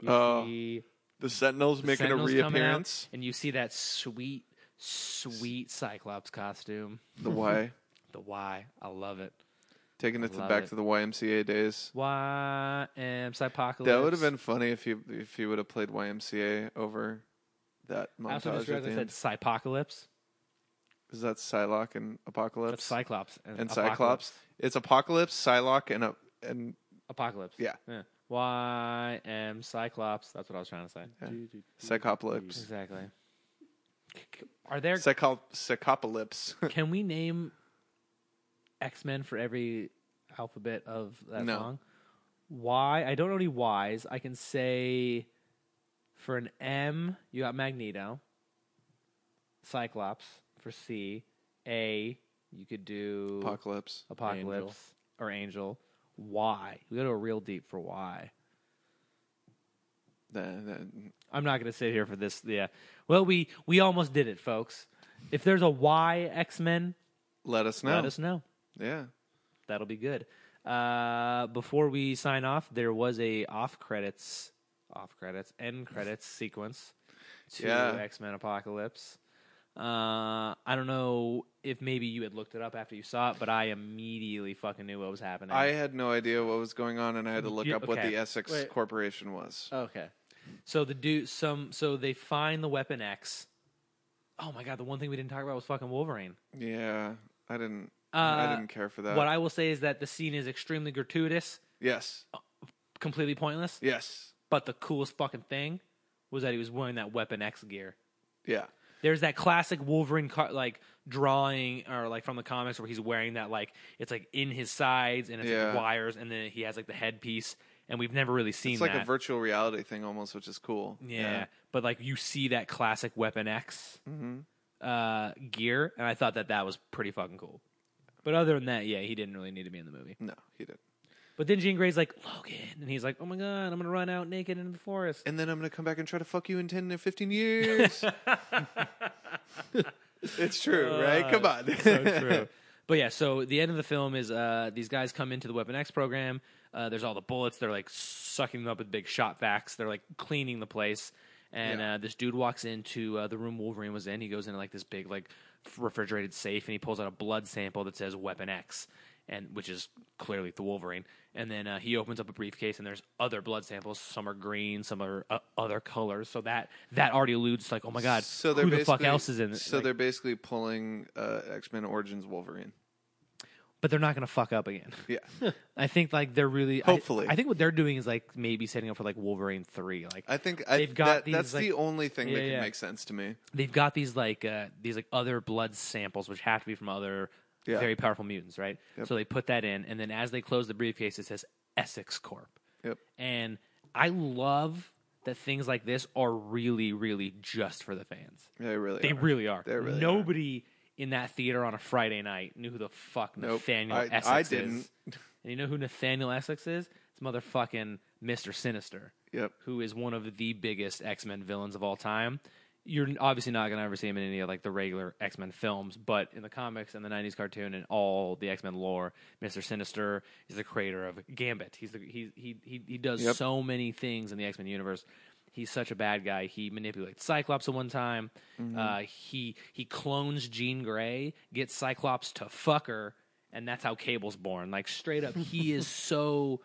You Oh, see The Sentinels the making Sentinels a coming out, reappearance. and you see that sweet, sweet Cyclops costume. [laughs] The Y. The Y, I love it. Taking it to Love back it. to the YMCA days. Y am Cypocalypse. That would have been funny if you if you would have played YMCA over that I also montage just at realized the I end. said Cypocalypse. Is that Psylocke and That's Apocalypse? Cyclops and, and Apocalypse. Cyclops. It's Apocalypse, Psylocke, and a, and Apocalypse. Yeah. yeah. Y am Cyclops. That's what I was trying to say. Psychopolypse. Exactly. Are there Psycho- [laughs] Psychopolypse. Can we name X Men for every alphabet of that No. song? Why? I don't know any Y's. I can say for an M, you got Magneto, Cyclops for C, A, you could do Apocalypse. Apocalypse Angel. or Angel. Y. We go to a real deep for Y. That- that- I'm not going to sit here for this. Yeah. Well, we we almost did it, folks. If there's a Y X Men, let us know. let us know. Yeah. that'll be good. Uh, before we sign off, there was a off credits, off credits, end [laughs] credits sequence to Yeah. X Men Apocalypse. Uh, I don't know if maybe you had looked it up after you saw it, but I immediately fucking knew what was happening. I had no idea what was going on, and I had to look Yeah, up what okay. the Essex Wait. Uh, Corporation was. Okay. so the dude, some, so they find the Weapon X. Oh my god, the one thing we didn't talk about was fucking Wolverine. Yeah, I didn't. Uh, I didn't care for that. what I will say is that the scene is extremely gratuitous, yes, Oh. completely pointless. yes, But the coolest fucking thing was that he was wearing that Weapon X gear. yeah, There's that classic Wolverine co- like drawing or like from the comics where he's wearing that like it's like in his sides and it's Yeah. like wires and then he has like the headpiece and we've never really seen it's like that. a virtual reality thing almost, which is cool. yeah. but like you see that classic Weapon X Mm-hmm. uh, gear and I thought that that was pretty fucking cool. But other than that, yeah, he didn't really need to be in the movie. no, he did. But then Jean Grey's like Logan, and he's like, "Oh my god, I'm gonna run out naked into the forest." [laughs] And then I'm gonna come back and try to fuck you in ten or [laughs] fifteen years. it's true, right? Come on. Uh, [laughs] so true. But yeah, so the end of the film is uh, these guys come into the Weapon X program. Uh, there's all the bullets. They're like sucking them up with big shot facts. They're like cleaning the place. And Yeah. uh, this dude walks into uh, the room Wolverine was in. He goes into like this big like refrigerated safe, and he pulls out a blood sample that says Weapon X, and which is clearly the Wolverine. And then uh, he opens up a briefcase, and there's other blood samples. Some are green, some are uh, other colors. So that that already alludes to, like, oh my god, So they're who the fuck basically- else is in? it? So Like, they're basically pulling uh, X Men Origins Wolverine. but they're not gonna fuck up again. Yeah, [laughs] I think like they're really I- Hopefully. I, think what they're doing is like maybe setting up for like Wolverine three. Like I think I, They've got that, these, that's the like- only thing that Yeah, can yeah. make sense to me. they've got these like uh, these like other blood samples which have to be from other Yeah. very powerful mutants, right? So they put that in, and then as they close the briefcase, it says Essex Corp. Yep. And I love that things like this are really, really just for the fans. They really. They are. really are. They really are. Nobody in that theater on a Friday night knew who the fuck Nope. Nathaniel I- Essex I is. didn't. And you know who Nathaniel Essex is? It's motherfucking Mister Sinister, Yep. who is one of the biggest X Men villains of all time. You're obviously not gonna ever see him in any of like the regular X Men films, but in the comics and the '90s cartoon and all the X Men lore, Mister Sinister is the creator of Gambit. He's the he he he, he does Yep. so many things in the X Men universe. He's such a bad guy. He manipulates Cyclops at one time. Uh, he he clones Jean Grey, gets Cyclops to fuck her, and that's how Cable's born. Like straight up, he is so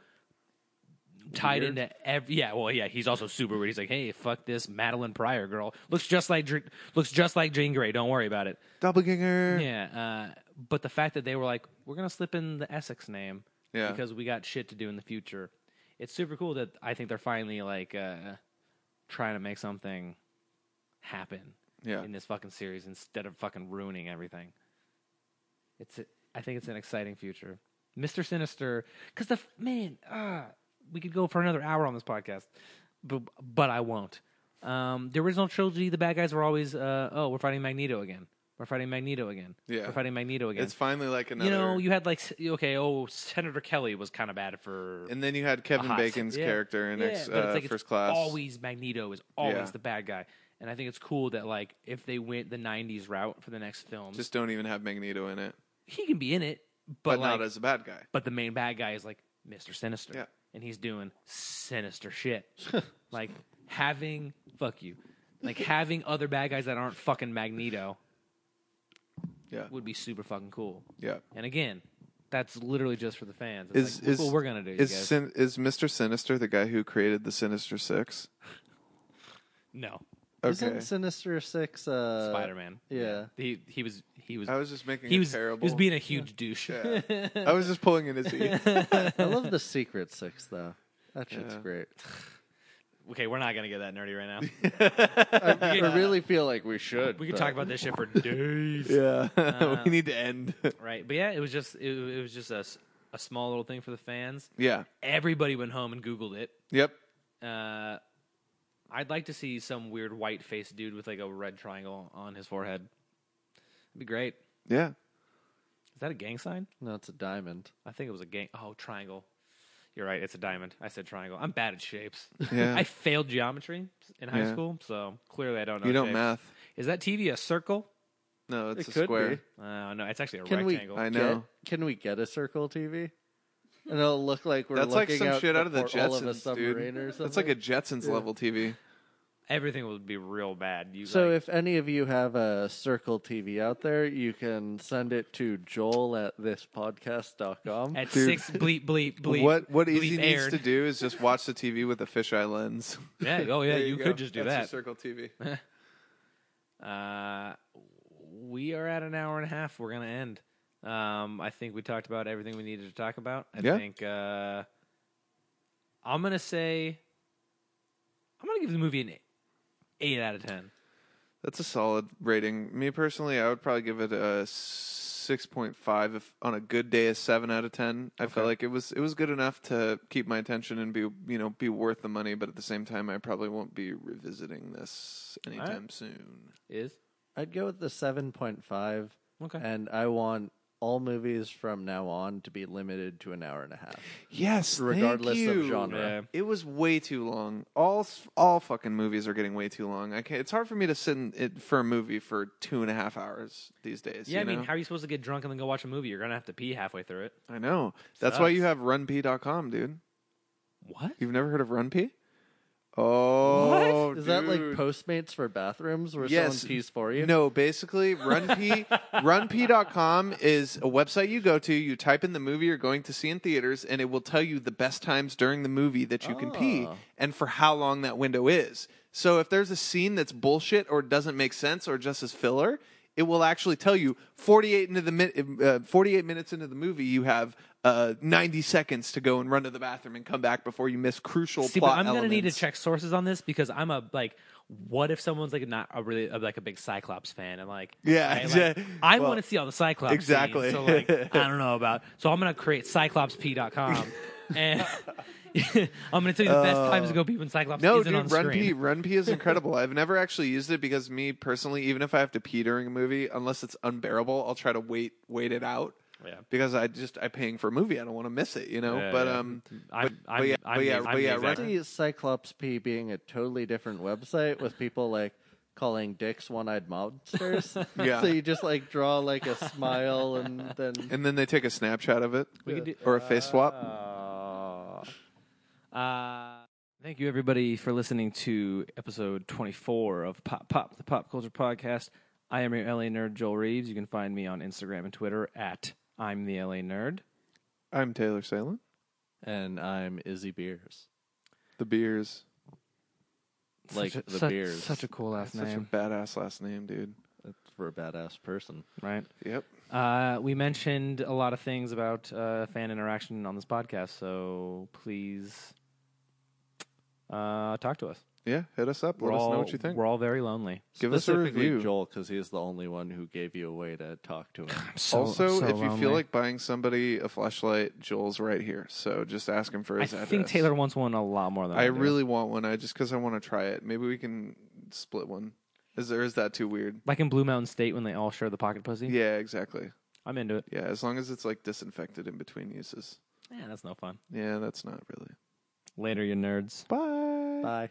tied Weird. into every. Yeah, well, yeah. He's also super weird. He's like, hey, fuck this Madeline Pryor girl. Looks just like Dr- looks just like Jean Grey. Don't worry about it. Doppelganger. Yeah, uh, but the fact that they were like, we're gonna slip in the Essex name, Yeah. because we got shit to do in the future. It's super cool that I think they're finally like uh, trying to make something happen Yeah. in this fucking series instead of fucking ruining everything. It's a, I think it's an exciting future, Mister Sinister. Because the f- man, ah, we could go for another hour on this podcast, but but I won't. Um, the original trilogy, the bad guys were always, uh, oh, we're fighting Magneto again. We're fighting Magneto again. Yeah. we're fighting Magneto again. It's finally like another. You know, you had like s- okay, oh, Senator Kelly was kind of bad for and then you had a Kevin hot Bacon's se- yeah. character in Yeah, X, but it's uh, like it's First Class. Always Magneto is always Yeah. the bad guy, and I think it's cool that like if they went the '90s route for the next film, Just don't even have Magneto in it, he can be in it, but, but like, not as a bad guy. but the main bad guy is like Mister Sinister, Yeah. and he's doing sinister [laughs] shit, like having fuck you, like having other bad guys that aren't fucking Magneto Yeah. would be super fucking cool. Yeah. And again, that's literally just for the fans. It's Is like, look is what we're gonna do? you Is guys. Sin, is Mister Sinister the guy who created the Sinister Six? no, Okay. Isn't Sinister Six uh, Spider Man. Yeah, He he was he was I was just making he a was terrible. he was being a huge douche. Yeah. I was just pulling in his ear. I [laughs] love the Secret Six though. That shit's Yeah. [laughs] great. [laughs] okay, we're not gonna get that nerdy right now. [laughs] I, I really feel like we should. We could but- talk about this shit [laughs] for days. Yeah, we need to end. Right, but yeah, it was just it, it was just a, s- a small little thing for the fans. yeah. Everybody went home and Googled it. Yep. Uh, I'd like to see some weird white faced dude with like a red triangle on his forehead. It'd be great. Yeah. Is that a gang sign? No, it's a diamond. I think it was a gang. Oh, triangle. You're right. It's a diamond. I said triangle. I'm bad at shapes. Yeah. [laughs] I failed geometry in high Yeah. school, so clearly I don't know. you don't shapes. math. Is that TV a circle? No, it's It a could square. be. Uh, no, it's actually a Can we- rectangle. I know. Get- can we get a circle TV? And it'll look like we're That's like looking some out shit out of the for all of a Jetsons, submarine dude. or That's like a something. Jetsons level TV. Everything would be real bad. You So like- if any of you have a circle TV out there, you can send it to Joel at thispodcast.com. at dude. six bleep bleep bleep. [laughs] What what bleep Easy aired. needs to do is just watch the TV with a fisheye lens. Yeah. Oh yeah. There you go. could just do That's that. your circle TV. Uh, we are at an hour and a half. We're gonna end. Um, I think we talked about everything we needed to talk about. I Yeah. think uh, I'm gonna say I'm gonna give the movie an eight out of ten. That's a solid rating. Me personally, I would probably give it a six point five. If on a good day, a seven out of ten. I felt like it was it was good enough to keep my attention and be you know be worth the money. But at the same time, I probably won't be revisiting this right. anytime soon. Is I'd go with the 7.5, okay. and I want all movies from now on to be limited to an hour and a half. Yes, thank Regardless of you. genre. Yeah. It was way too long. All s- all fucking movies are getting way too long. I can't, it's hard for me to sit in it for a movie for two and a half hours these days. Yeah, you I mean, know? how are you supposed to get drunk and then go watch a movie? You're gonna have to pee halfway through it. I know. That's why Sucks. you have runp.com, dude. What? You've never heard of runp? Oh, Is that like dude. Postmates for bathrooms where Yes. someone pees for you? No, [laughs] basically, runp runp.com is a website you go to. You type in the movie you're going to see in theaters, and it will tell you the best times during the movie that you can pee Ah. Oh. and for how long that window is. So if there's a scene that's bullshit or doesn't make sense or just is filler, it will actually tell you 48 into the min- uh, 48 minutes into the movie you have uh, 90 seconds to go and run to the bathroom and come back before you miss crucial See, but plot I'm gonna need to elements. check sources on this because I'm a like, what if someone's like not a really a, like a big Cyclops fan and like, Yeah, I, like, [laughs] exa- I well, want to see all the Cyclops scenes, exactly. [laughs] so like, I don't know about. So I'm gonna create CyclopsP.com and [laughs] I'm gonna tell you the best Uh, times to go pee when Cyclops No, isn't on dude, Run screen. P, Run [laughs] P is incredible. I've never actually used it because me personally, even if I have to pee during a movie, unless it's unbearable, I'll try to wait wait it out. Yeah. Because I just I'm paying for a movie, I don't want to miss it, you know. Yeah, but yeah. um, I'm, but- I'm, but yeah, I'm, but yeah, I'm but yeah, Zack. Run- see Cyclops P being a totally different website with people like calling dicks one-eyed monsters. Yeah. So you just like draw like a smile and then and then they take a snapshot of it We could do- or a face swap. Uh, Thank you, everybody, for listening to episode 24 of Pop Pop, the Pop Culture Podcast. I am your LA nerd, Joel Reeves. You can find me on Instagram and Twitter at I'm the LA Nerd. I'm Taylor Salen. and I'm Izzy Beers. The beers, Like Such a- the such, beers. Such a cool last That's such a name, badass last name, dude. That's for a badass person. right? Yep. Uh, we mentioned a lot of things about uh, fan interaction on this podcast, so please uh, talk to us. Yeah, hit us up. Let us all, know what you think. We're all very lonely. Give us a Specifically review. Joel, because he's the only one who gave you a way to talk to him. also, if you feel like buying somebody a flashlight, Joel's right here. So just ask him for I his think address. Taylor wants one a lot more than I, I do. really want one. I just because I want to try it. Maybe we can split one. Is there is that too weird? like in Blue Mountain State when they all share the pocket pussy. Yeah, exactly. I'm into it. Yeah, as long as it's like disinfected in between uses. Yeah, that's no fun. Yeah, that's not really. Later, you nerds. [laughs] Bye. Bye.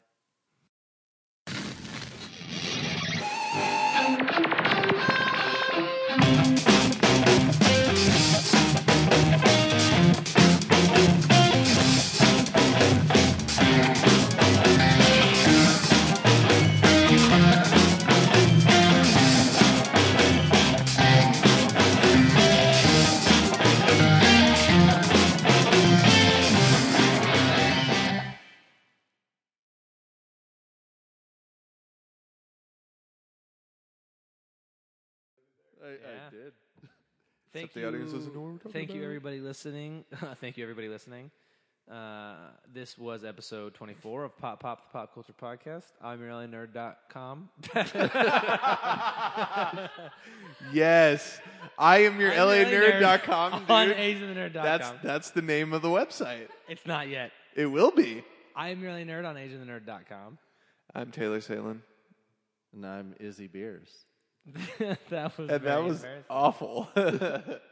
I, Yeah. [laughs] did. Thank Except the audience you- doesn't know what we're talking Thank you, about. everybody listening. [laughs] thank you, everybody listening. Uh, this was episode 24 of Pop Pop the Pop Culture Podcast. I'm your [laughs] LA nerd.com. Yes, I am your LANerd.com, [laughs] dude. on AsianTheNerd.com. that's that's the name of the website. it's not yet. It will be. I'm your LA nerd on [laughs] AsianTheNerd.com. I'm Taylor Salen, And I'm Izzy Beers. that and was very that was embarrassing. awful.